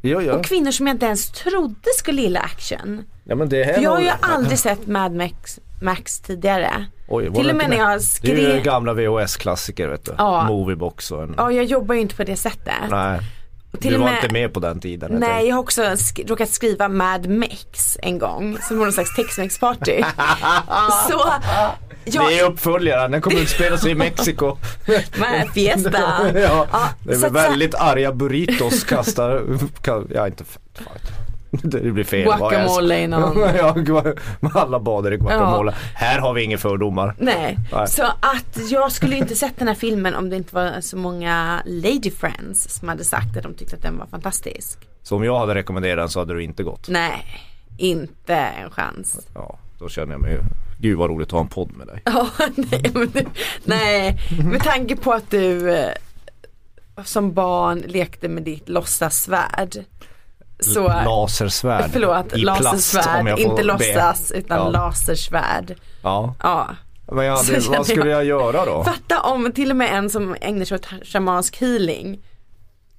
[SPEAKER 3] Ja, ja.
[SPEAKER 2] Och kvinnor som jag inte ens trodde skulle gilla action.
[SPEAKER 3] ja men det är
[SPEAKER 2] För jag har
[SPEAKER 3] nog-
[SPEAKER 2] ju aldrig sett Mad Max, Max tidigare.
[SPEAKER 3] Oj, var
[SPEAKER 2] Till
[SPEAKER 3] det
[SPEAKER 2] och med
[SPEAKER 3] inte
[SPEAKER 2] när jag
[SPEAKER 3] Det är ju
[SPEAKER 2] skrev.
[SPEAKER 3] gamla VHS-klassiker vet du.
[SPEAKER 2] Ja.
[SPEAKER 3] Moviebox och en...
[SPEAKER 2] Ja jag jobbar ju inte på det sättet.
[SPEAKER 3] Nej,
[SPEAKER 2] Och till
[SPEAKER 3] du
[SPEAKER 2] och
[SPEAKER 3] var
[SPEAKER 2] med-
[SPEAKER 3] inte med på den tiden. helt
[SPEAKER 2] Nej jag har också sk- råkat skriva Mad Mex en gång som var någon slags tex party
[SPEAKER 3] <laughs>
[SPEAKER 2] Så jag,
[SPEAKER 3] Det är uppföljaren, den kommer utspela sig
[SPEAKER 2] <laughs>
[SPEAKER 3] i Mexiko.
[SPEAKER 2] Mad
[SPEAKER 3] <laughs>
[SPEAKER 2] Fiesta.
[SPEAKER 3] ja,
[SPEAKER 2] Ja,
[SPEAKER 3] det är
[SPEAKER 2] så
[SPEAKER 3] väl
[SPEAKER 2] att så här-
[SPEAKER 3] väldigt arga burritos kastar, ka- ja inte, fan. det blir fel. vad jag sa.
[SPEAKER 2] Guacamole i någon-
[SPEAKER 3] <laughs> ja, gua- alla badar i guacamole. Här har vi inga fördomar.
[SPEAKER 2] Nej.
[SPEAKER 3] Nej.
[SPEAKER 2] så att jag skulle ju inte sett den här filmen om det inte var så många lady friends som hade sagt att de tyckte att den var fantastisk.
[SPEAKER 3] Så om jag hade rekommenderat den så hade du inte gått.
[SPEAKER 2] Nej, inte en chans.
[SPEAKER 3] Ja, då känner jag mig ju, gud vad roligt att ha en podd med dig.
[SPEAKER 2] <laughs> Ja, nej, men, du- nej, med tanke på att du eh, som barn lekte med ditt låtsassvärd. Så,
[SPEAKER 3] lasersvärd
[SPEAKER 2] förlåt,
[SPEAKER 3] i plast om
[SPEAKER 2] lasersvärd,
[SPEAKER 3] jag får
[SPEAKER 2] inte
[SPEAKER 3] be.
[SPEAKER 2] låtsas utan
[SPEAKER 3] Ja.
[SPEAKER 2] lasersvärd.
[SPEAKER 3] Ja,
[SPEAKER 2] Ja.
[SPEAKER 3] men jag
[SPEAKER 2] Så
[SPEAKER 3] hade,
[SPEAKER 2] känner
[SPEAKER 3] vad skulle
[SPEAKER 2] jag.
[SPEAKER 3] jag göra då?
[SPEAKER 2] Fatta om till och med en som ägnar sig åt shamansk healing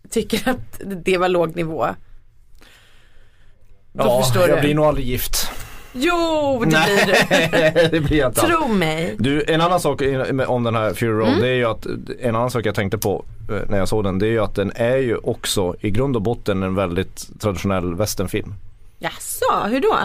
[SPEAKER 2] tycker att det var låg nivå. Då
[SPEAKER 3] Ja,
[SPEAKER 2] förstår
[SPEAKER 3] jag
[SPEAKER 2] du.
[SPEAKER 3] blir nog aldrig gift. <laughs>
[SPEAKER 2] Jo, det blir du.
[SPEAKER 3] det blir jag inte alls.
[SPEAKER 2] Tro mig.
[SPEAKER 3] Du, en annan sak i- med- om den här Fury Road, det är ju att en annan sak jag tänkte på eh, när jag såg den, det är ju att den är ju också i grund och botten en väldigt traditionell westernfilm.
[SPEAKER 2] Jaså, hur då?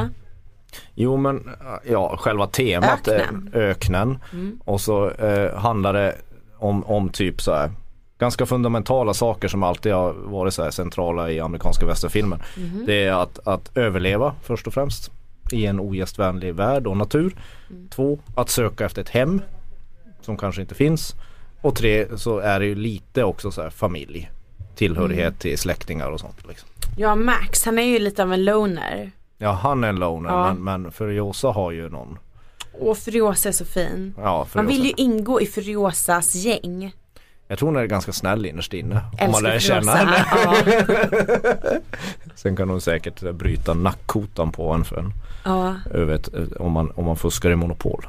[SPEAKER 3] Jo men ja, själva temat
[SPEAKER 2] Öknen. Mm.
[SPEAKER 3] är öknen och så eh, handlar det om, om typ så här ganska fundamentala saker som alltid har varit så här centrala i amerikanska västerfilmer.
[SPEAKER 2] Mhm.
[SPEAKER 3] Det är att, att överleva först och främst i en
[SPEAKER 2] Mm.
[SPEAKER 3] ogästvänlig värld och natur. Två, att söka efter ett hem som kanske inte finns. Och tre så är det ju lite också så här familj. Tillhörighet
[SPEAKER 2] Mm.
[SPEAKER 3] till släktingar och sånt. Liksom.
[SPEAKER 2] Ja, Max han är ju lite av en loner.
[SPEAKER 3] Ja han är en loner
[SPEAKER 2] Ja.
[SPEAKER 3] men, men Furiosa har ju någon.
[SPEAKER 2] Och Furiosa är så fin.
[SPEAKER 3] Ja,
[SPEAKER 2] Man
[SPEAKER 3] Furiosa-
[SPEAKER 2] vill ju ingå i Furiosas gäng.
[SPEAKER 3] Jag tror hon är ganska snäll innerst inne. Om man
[SPEAKER 2] Älskar
[SPEAKER 3] lär känna
[SPEAKER 2] Furiosa.
[SPEAKER 3] henne. <laughs>
[SPEAKER 2] Ja,
[SPEAKER 3] Sen kan hon säkert eh, bryta nackkotan på en för en.
[SPEAKER 2] ja.
[SPEAKER 3] Jag vet, eh, om, man, om man fuskar i monopol.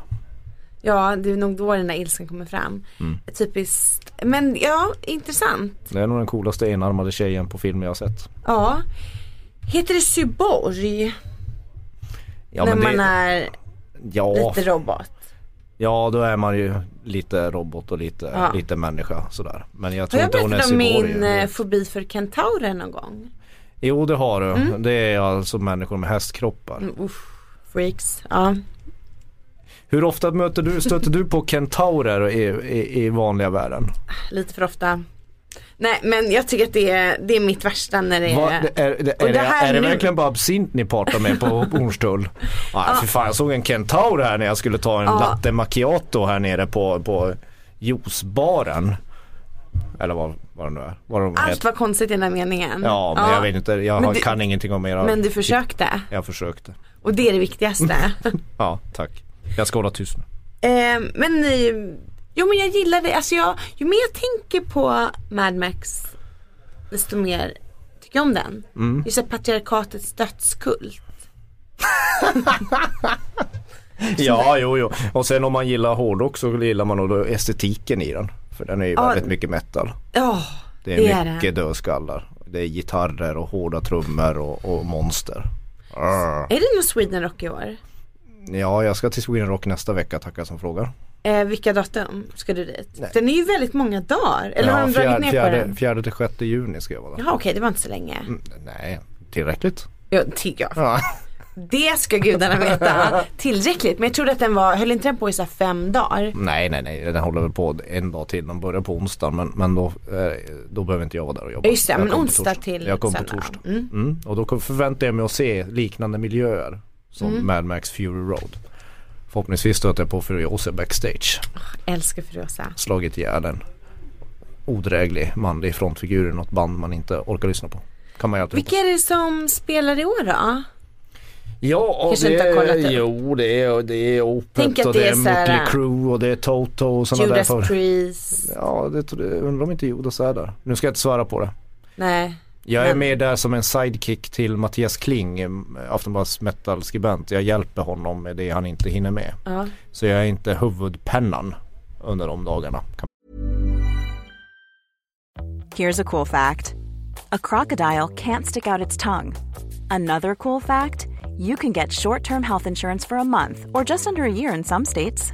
[SPEAKER 2] ja, det är nog då den där ilskan kommer fram.
[SPEAKER 3] Mm.
[SPEAKER 2] Typiskt. Men ja, intressant.
[SPEAKER 3] Det är nog den coolaste enarmade tjejen på film jag har sett.
[SPEAKER 2] Ja. Heter det cyborg?
[SPEAKER 3] Ja,
[SPEAKER 2] när
[SPEAKER 3] men
[SPEAKER 2] man
[SPEAKER 3] det,
[SPEAKER 2] är
[SPEAKER 3] ja,
[SPEAKER 2] lite robot.
[SPEAKER 3] ja då är man ju lite robot och lite,
[SPEAKER 2] Ja.
[SPEAKER 3] lite människa sådär. Men jag
[SPEAKER 2] Har
[SPEAKER 3] tror
[SPEAKER 2] jag
[SPEAKER 3] inte hon är
[SPEAKER 2] berättat om
[SPEAKER 3] cyborg.
[SPEAKER 2] min eh, fobi för kentaurer någon gång?
[SPEAKER 3] Jo det har du. Det är alltså människor med hästkroppar.
[SPEAKER 2] Mm, Usch, freaks. Ja.
[SPEAKER 3] Hur ofta möter du, stöter du på kentaurer i, i, i vanliga världen?
[SPEAKER 2] Lite för ofta. Nej men jag tycker att det är, det är mitt värsta när det är,
[SPEAKER 3] Va, det är, det,
[SPEAKER 2] Och
[SPEAKER 3] är,
[SPEAKER 2] det
[SPEAKER 3] det,
[SPEAKER 2] här
[SPEAKER 3] är det
[SPEAKER 2] nu-
[SPEAKER 3] verkligen bara absint ni partar
[SPEAKER 2] <laughs>
[SPEAKER 3] med på Hornstull? Nej för fan jag såg en kentaur här när jag skulle ta en
[SPEAKER 2] Ja.
[SPEAKER 3] latte macchiato här nere på, på juicebaren. Eller vad, vad det nu är. Vad de
[SPEAKER 2] allt
[SPEAKER 3] heter.
[SPEAKER 2] var konstigt i den här meningen.
[SPEAKER 3] Ja men jag vet inte, jag
[SPEAKER 2] Men
[SPEAKER 3] har-
[SPEAKER 2] du-
[SPEAKER 3] kan ingenting om era.
[SPEAKER 2] Men du försökte
[SPEAKER 3] Jag försökte.
[SPEAKER 2] och det är det
[SPEAKER 3] <laughs>
[SPEAKER 2] viktigaste.
[SPEAKER 3] Ja tack. Jag ska hålla tyst
[SPEAKER 2] <laughs>
[SPEAKER 3] nu.
[SPEAKER 2] eh, men eh, jo men jag gillar det, alltså jag, ju mer jag tänker på Mad Max desto mer tycker jag om den.
[SPEAKER 3] Mm.
[SPEAKER 2] Det är så här patriarkatets dödskult.
[SPEAKER 3] Ja jo jo. Och sen om man gillar hårdrock så gillar man nog då estetiken i den. För den är ju
[SPEAKER 2] Ja.
[SPEAKER 3] väldigt mycket metal.
[SPEAKER 2] Ja,
[SPEAKER 3] Det är
[SPEAKER 2] Det är
[SPEAKER 3] mycket dödskallar. Det är gitarrer och hårda trummor och, och monster. Arr.
[SPEAKER 2] är det någon Sweden Rock i år?
[SPEAKER 3] Ja, jag ska till Sweden Rock nästa vecka, tackar som frågar.
[SPEAKER 2] Eh, vilka datum ska du dit? Den är ju väldigt många dagar, eller har
[SPEAKER 3] Ja,
[SPEAKER 2] de dragit
[SPEAKER 3] fjärde,
[SPEAKER 2] ner på
[SPEAKER 3] fjärde,
[SPEAKER 2] den?
[SPEAKER 3] fjärde till sjätte juni ska jag vara där.
[SPEAKER 2] Jaha okej, det var inte så länge.
[SPEAKER 3] Nej, tillräckligt.
[SPEAKER 2] Jo, tycker jag.
[SPEAKER 3] Ja. <laughs>
[SPEAKER 2] Det ska gudarna veta tillräckligt. Men jag trodde att den var, höll inte den på i så här fem dagar?
[SPEAKER 3] Nej, nej, nej, den håller väl på en dag till. De börjar på onsdag, men, men då, eh, då behöver inte jag vara där och jobba.
[SPEAKER 2] Ja, just det,
[SPEAKER 3] jag
[SPEAKER 2] men
[SPEAKER 3] kommer på
[SPEAKER 2] onsdag
[SPEAKER 3] torsdag.
[SPEAKER 2] till
[SPEAKER 3] Jag kommer på
[SPEAKER 2] söndag.
[SPEAKER 3] torsdag. Mm. Och då kom- förväntar jag mig att se liknande miljöer som
[SPEAKER 2] Mm.
[SPEAKER 3] Mad Max Fury Road. Förhoppningsvis stöter jag på Furiosa backstage.
[SPEAKER 2] Älskar Furiosa.
[SPEAKER 3] slagit ihjäl en odräglig manlig frontfigur i något band man inte orkar lyssna på. Kan man ju alltid
[SPEAKER 2] Vilka är det som spelar i år då?
[SPEAKER 3] Ja, och
[SPEAKER 2] Kanske
[SPEAKER 3] det
[SPEAKER 2] inte har kollat
[SPEAKER 3] är,
[SPEAKER 2] upp.
[SPEAKER 3] jo det är, det är
[SPEAKER 2] Tänk
[SPEAKER 3] Opet
[SPEAKER 2] att
[SPEAKER 3] och
[SPEAKER 2] det
[SPEAKER 3] det
[SPEAKER 2] är
[SPEAKER 3] är
[SPEAKER 2] så här- äh,
[SPEAKER 3] Mötley Crüe och det är Toto och sådana där
[SPEAKER 2] Judas
[SPEAKER 3] för...
[SPEAKER 2] Priest?
[SPEAKER 3] Ja, det tror jag, undrar om inte Judas är där. Nu ska jag inte svära på det.
[SPEAKER 2] Nej.
[SPEAKER 3] Jag är
[SPEAKER 2] Men-
[SPEAKER 3] med där som en sidekick till Mattias Kling, eh, Aftonbladets metalskribent. Jag hjälper honom med det han inte hinner med.
[SPEAKER 2] Ja.
[SPEAKER 3] Så jag är inte huvudpennan under de dagarna. Kan
[SPEAKER 4] Here's a cool fact a crocodile can't stick out its tongue. Another cool fact you can get short term health insurance for a month or just under a year in some states.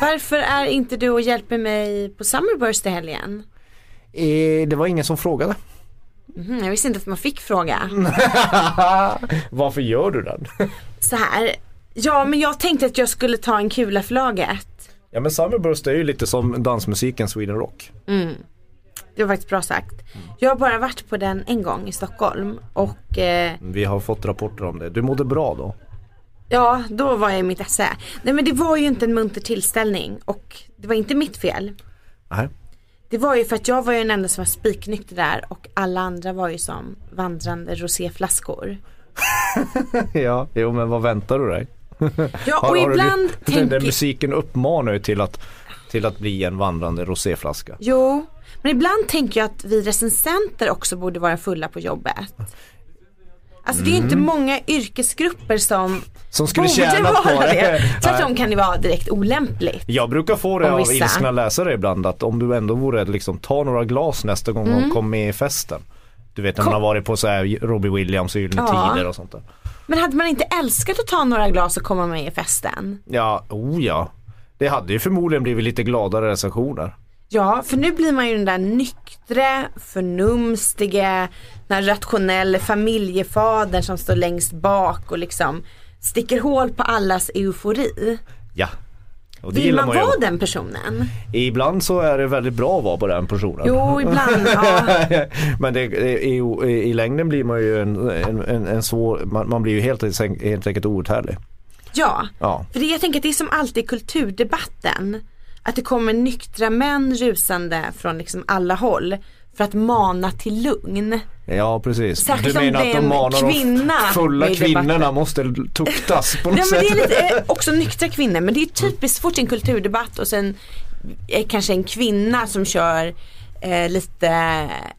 [SPEAKER 2] Varför är inte du och hjälper mig på Summerburst i helgen?
[SPEAKER 3] Eh, det var ingen som frågade.
[SPEAKER 2] Mhm, jag visste inte att man fick fråga.
[SPEAKER 3] <laughs> Varför gör du den?
[SPEAKER 2] Så här. Ja men jag tänkte att jag skulle ta en kula för laget.
[SPEAKER 3] Ja men Summerburst är ju lite som dansmusiken Sweden Rock.
[SPEAKER 2] Det var faktiskt bra sagt. Jag har bara varit på den en gång i Stockholm och eh,
[SPEAKER 3] Vi har fått rapporter om det. Du mådde bra då?
[SPEAKER 2] Ja, då var jag i mitt esse. Nej men det var ju inte en munter tillställning och det var inte mitt fel.
[SPEAKER 3] Nej. <laughs>
[SPEAKER 2] Det var ju för att jag var ju den enda som var spiknykter där och alla andra var ju som vandrande roséflaskor.
[SPEAKER 3] ja, jo men vad väntar du dig?
[SPEAKER 2] Ja och ibland
[SPEAKER 3] <laughs> du, Den
[SPEAKER 2] tänker
[SPEAKER 3] där musiken uppmanar ju till att, till att bli en vandrande roséflaska.
[SPEAKER 2] Jo, men ibland tänker jag att vi recensenter också borde vara fulla på jobbet. Alltså det är inte många yrkesgrupper som
[SPEAKER 3] Som Mm. skulle
[SPEAKER 2] borde
[SPEAKER 3] tjäna på
[SPEAKER 2] vara
[SPEAKER 3] det. <laughs>
[SPEAKER 2] Tvärtom
[SPEAKER 3] Nej.
[SPEAKER 2] kan det vara direkt olämpligt.
[SPEAKER 3] Jag brukar få det
[SPEAKER 2] Om
[SPEAKER 3] av
[SPEAKER 2] vissa.
[SPEAKER 3] ilskna läsare ibland att om du ändå vore liksom ta några glas nästa gång
[SPEAKER 2] Mm.
[SPEAKER 3] de kom med i festen. Du vet när man har varit på så här Robbie Williams och Gyllene
[SPEAKER 2] Ja.
[SPEAKER 3] Tider och sånt där.
[SPEAKER 2] Men hade man inte älskat att ta några glas och komma med i festen?
[SPEAKER 3] Ja, oh ja. Det hade ju förmodligen blivit lite gladare recensioner.
[SPEAKER 2] Ja, för nu blir man ju den där nyktre, förnumstige, den här rationelle familjefadern som står längst bak och liksom sticker hål på allas eufori.
[SPEAKER 3] Ja. Och
[SPEAKER 2] Vill man
[SPEAKER 3] ju.
[SPEAKER 2] vara den personen?
[SPEAKER 3] Ibland så är det väldigt bra att vara på den personen.
[SPEAKER 2] Jo, ibland. Ja.
[SPEAKER 3] <laughs> Men det, det, i, i, i längden blir man ju en, en, en, en svår, man, man blir ju helt, helt enkelt outhärdlig.
[SPEAKER 2] ja.
[SPEAKER 3] Ja.
[SPEAKER 2] För det, jag tänker att det är som alltid i kulturdebatten. Att det kommer nyktra män rusande från liksom alla håll för att mana till lugn.
[SPEAKER 3] Ja precis.
[SPEAKER 2] Särskilt
[SPEAKER 3] du
[SPEAKER 2] om
[SPEAKER 3] menar
[SPEAKER 2] det
[SPEAKER 3] att
[SPEAKER 2] är
[SPEAKER 3] de
[SPEAKER 2] en
[SPEAKER 3] manar
[SPEAKER 2] kvinna
[SPEAKER 3] de fulla
[SPEAKER 2] med i debatten.
[SPEAKER 3] kvinnorna måste tuktas på något
[SPEAKER 2] Nej, men
[SPEAKER 3] sätt.
[SPEAKER 2] det är lite, eh, också nyktra kvinnor men det är typiskt så fort det är en kulturdebatt och sen eh, kanske en kvinna som kör eh, lite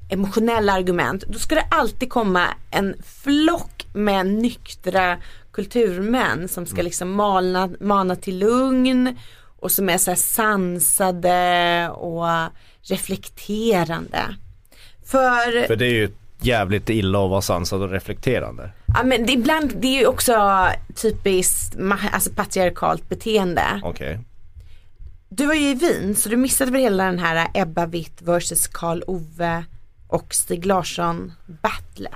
[SPEAKER 2] emotionella argument. Då ska det alltid komma en flock med nyktra kulturmän som ska liksom malna, mana till lugn och som är så här sansade och reflekterande. För
[SPEAKER 3] För det är ju jävligt illa att vara sansad och reflekterande.
[SPEAKER 2] Ja men det, ibland, det är ju också typiskt ma- alltså patriarkalt beteende.
[SPEAKER 3] Okej.
[SPEAKER 2] Du var ju i Wien så du missade väl hela den här Ebba Witt versus Karl Ove och Stig Larsson battlet.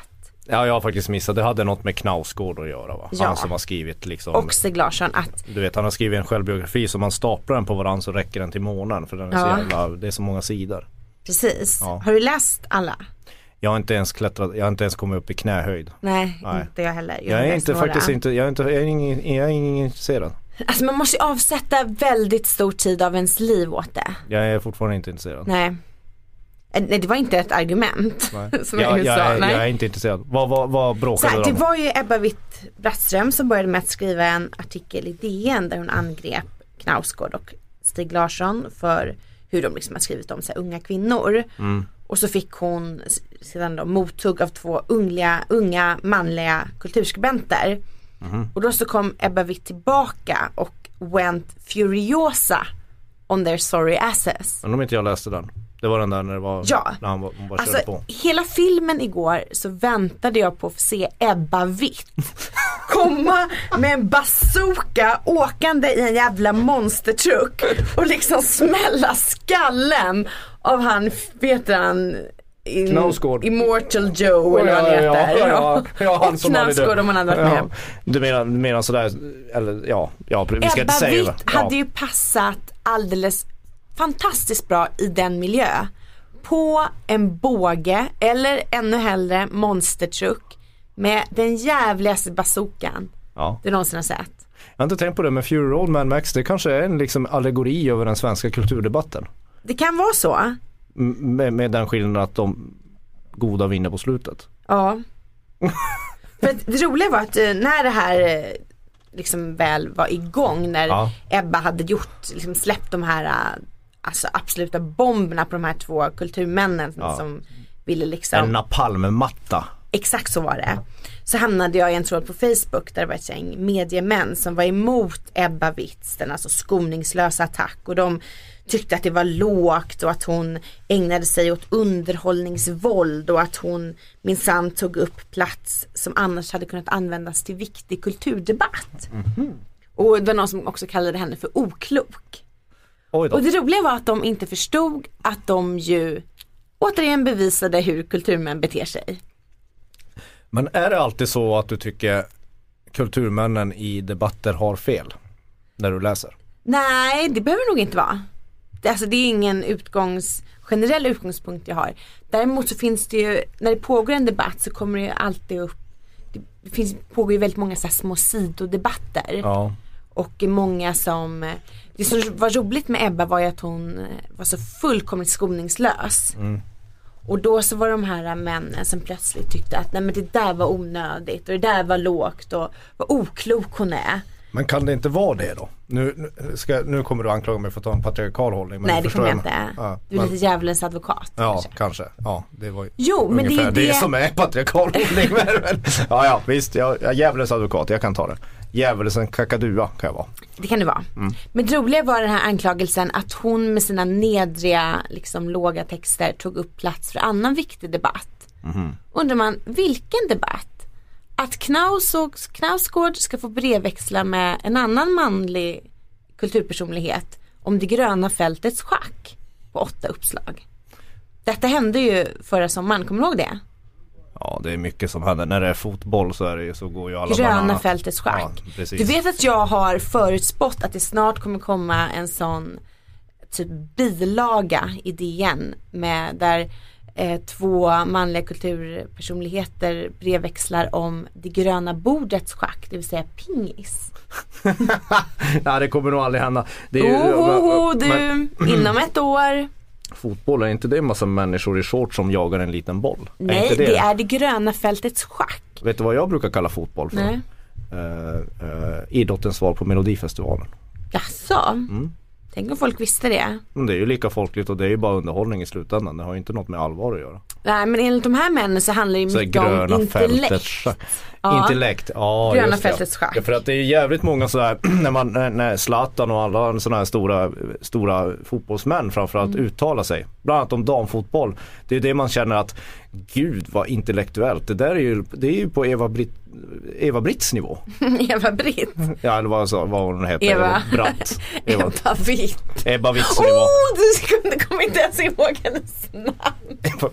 [SPEAKER 3] Ja jag har faktiskt missat, det hade något med Knausgård att göra va?
[SPEAKER 2] Ja.
[SPEAKER 3] Han som har skrivit liksom
[SPEAKER 2] Och Stig Larsson att,
[SPEAKER 3] Du vet han har skrivit en självbiografi som man staplar den på varandra så räcker den till månaden för den är
[SPEAKER 2] Ja.
[SPEAKER 3] så jävla, det är så många sidor.
[SPEAKER 2] precis,
[SPEAKER 3] Ja.
[SPEAKER 2] har du läst alla?
[SPEAKER 3] Jag har inte ens klättrat, jag har inte ens kommit upp i knähöjd.
[SPEAKER 2] Nej,
[SPEAKER 3] Nej.
[SPEAKER 2] inte jag heller. har
[SPEAKER 3] Jag är
[SPEAKER 2] läst
[SPEAKER 3] inte
[SPEAKER 2] några.
[SPEAKER 3] faktiskt inte, jag är inte, jag är ingen, jag är ingen intresserad.
[SPEAKER 2] Alltså man måste ju avsätta väldigt stor tid av ens liv åt det.
[SPEAKER 3] Jag är fortfarande inte intresserad.
[SPEAKER 2] Nej. Eh, Nej det var inte ett argument. <laughs> <laughs> Som jag,
[SPEAKER 3] jag,
[SPEAKER 2] just
[SPEAKER 3] jag,
[SPEAKER 2] sa.
[SPEAKER 3] är,
[SPEAKER 2] Nej.
[SPEAKER 3] jag är inte intresserad. Vad, vad, vad
[SPEAKER 2] Så
[SPEAKER 3] bråkade
[SPEAKER 2] här,
[SPEAKER 3] de
[SPEAKER 2] det
[SPEAKER 3] om?
[SPEAKER 2] var ju Ebba Witt-Brattström som började med att skriva en artikel i DN där hon angrep Knausgård och Stig Larsson för hur de liksom har skrivit om så här, unga kvinnor. Och så fick hon s- sedan då mothugg av två ungliga, unga manliga kulturskribenter. Och då så kom Ebba Witt tillbaka och went furiosa on their sorry asses.
[SPEAKER 3] Men om inte jag läste den. Det var den där när det var,
[SPEAKER 2] Ja.
[SPEAKER 3] när han var, hon bara
[SPEAKER 2] Alltså
[SPEAKER 3] körde på.
[SPEAKER 2] hela filmen igår så väntade jag på att få se Ebba Witt komma med en bazooka åkande i en jävla monstertruck och liksom smälla skallen av han, vet han in-
[SPEAKER 3] Knausgård.
[SPEAKER 2] Immortal Joe eller vad han heter. och Knausgård om han hade varit med.
[SPEAKER 3] Du menar, du menar sådär, eller ja, ja vi ska
[SPEAKER 2] Ebba
[SPEAKER 3] inte säga
[SPEAKER 2] Witt
[SPEAKER 3] det.
[SPEAKER 2] hade ju passat alldeles fantastiskt bra i den miljö. På en båge eller ännu hellre monstertruck med den jävligaste bazookan
[SPEAKER 3] Ja.
[SPEAKER 2] du någonsin har sett.
[SPEAKER 3] Jag har inte tänkt på det men Fury Road Man Max det kanske är en liksom allegori över den svenska kulturdebatten.
[SPEAKER 2] Det kan vara så.
[SPEAKER 3] M- Med, med den skillnaden att de goda vinner på slutet. <laughs>
[SPEAKER 2] Ja. För att det roliga var att eh, när det här eh, liksom väl var igång när
[SPEAKER 3] Ja.
[SPEAKER 2] Ebba hade gjort, liksom släppt de här eh, alltså absoluta bomberna på de här två kulturmännen
[SPEAKER 3] Ja.
[SPEAKER 2] som ville liksom
[SPEAKER 3] En napalmmatta.
[SPEAKER 2] Exakt så var det. Så hamnade jag i en tråd på Facebook där det var ett gäng mediemän som var emot Ebba Witz, den alltså skoningslösa attack och de tyckte att det var lågt och att hon ägnade sig åt underhållningsvåld och att hon minsann tog upp plats som annars hade kunnat användas till viktig kulturdebatt. Och det var någon som också kallade henne för oklok.
[SPEAKER 3] Oj då.
[SPEAKER 2] Och det roliga var att de inte förstod att de ju återigen bevisade hur kulturmän beter sig.
[SPEAKER 3] Men är det alltid så att du tycker kulturmännen i debatter har fel? När du läser?
[SPEAKER 2] Nej, det behöver det nog inte vara. Det, alltså det är ingen utgångs, generell utgångspunkt jag har. Däremot så finns det ju, när det pågår en debatt så kommer det ju alltid upp, det finns, pågår ju väldigt många så här små sidodebatter.
[SPEAKER 3] Ja.
[SPEAKER 2] Och många som, det som var roligt med Ebba var ju att hon eh, var så fullkomligt skoningslös. Och då så var de här männen som plötsligt tyckte att nej men det där var onödigt och det där var lågt och vad oklok hon är.
[SPEAKER 3] Men kan det inte vara det då? Nu, nu ska, nu kommer du anklaga mig för att ta en patriarkal hållning. Men
[SPEAKER 2] Nej det
[SPEAKER 3] förstår
[SPEAKER 2] kommer jag inte.
[SPEAKER 3] Ja,
[SPEAKER 2] du är
[SPEAKER 3] men,
[SPEAKER 2] lite djävulens advokat.
[SPEAKER 3] ja
[SPEAKER 2] kanske.
[SPEAKER 3] kanske. Ja, det var ju
[SPEAKER 2] Jo, men det är
[SPEAKER 3] ungefär
[SPEAKER 2] det-
[SPEAKER 3] som är
[SPEAKER 2] <laughs>
[SPEAKER 3] patriarkal hållning. men, men, ja, ja, visst. Jag, jag är djävulens advokat. Jag kan ta det. Djävulens kakadua kan jag vara.
[SPEAKER 2] Det kan det vara.
[SPEAKER 3] Mm.
[SPEAKER 2] Men det roliga var den här anklagelsen att hon med sina nedriga, liksom låga texter tog upp plats för annan viktig debatt.
[SPEAKER 3] Mhm.
[SPEAKER 2] Undrar man, vilken debatt? Att Knaus och Knausgård ska få brevväxla med en annan manlig kulturpersonlighet om det gröna fältets schack. på åtta uppslag. Detta hände ju förra sommaren, kommer du ihåg det?
[SPEAKER 3] Ja det är mycket som händer. När det är fotboll så, är det, ju- så går ju alla
[SPEAKER 2] Gröna
[SPEAKER 3] bananas.
[SPEAKER 2] fältets schack.
[SPEAKER 3] Ja, precis.
[SPEAKER 2] du vet att jag har förutspått att det snart kommer komma en sån typ bilaga i DN med där eh, två manliga kulturpersonligheter brevväxlar om det gröna bordets schack, det vill säga pingis.
[SPEAKER 3] <laughs> Nej det kommer nog aldrig hända. Det är ju,
[SPEAKER 2] Ohoho
[SPEAKER 3] men-
[SPEAKER 2] du, inom ett
[SPEAKER 3] <clears throat>
[SPEAKER 2] år.
[SPEAKER 3] Fotboll, är inte det en massa människor i shorts som jagar en liten boll? är
[SPEAKER 2] Nej,
[SPEAKER 3] inte
[SPEAKER 2] det är det gröna fältets schack.
[SPEAKER 3] Vet du vad jag brukar kalla fotboll för?
[SPEAKER 2] Nej.
[SPEAKER 3] Eh, eh, idrottens svar på Melodifestivalen.
[SPEAKER 2] Jaså?
[SPEAKER 3] Mm.
[SPEAKER 2] Tänk om folk visste det.
[SPEAKER 3] Men det är ju lika folkligt och det är ju bara underhållning i slutändan. Det har ju inte något med allvar att göra.
[SPEAKER 2] Nej men enligt de här männen så handlar det
[SPEAKER 3] Så
[SPEAKER 2] mycket om
[SPEAKER 3] gröna
[SPEAKER 2] intellekt.
[SPEAKER 3] fältets
[SPEAKER 2] Ja. <laughs>
[SPEAKER 3] Intellekt, ja
[SPEAKER 2] Gröna
[SPEAKER 3] just det.
[SPEAKER 2] fältets schack.
[SPEAKER 3] Ja, för att det är ju jävligt många sådär, <clears throat> när, man, när- när Zlatan och alla sådana här stora, stora fotbollsmän framförallt
[SPEAKER 2] Mm.
[SPEAKER 3] uttalar sig. Bland annat om damfotboll. Det är det man känner att, gud vad intellektuellt. Det där är ju, det är ju på Eva-Britt Eva Britts nivå.
[SPEAKER 2] Eva-Britt.
[SPEAKER 3] Ja eller vad, jag sa, vad hon heter,
[SPEAKER 2] Eva.
[SPEAKER 3] Eva
[SPEAKER 2] <laughs>
[SPEAKER 3] Bratt. Eva,
[SPEAKER 2] Eva-Britt.
[SPEAKER 3] Ebba Witts nivå.
[SPEAKER 2] Oh, du kunde- kommer inte ens ihåg hennes namn.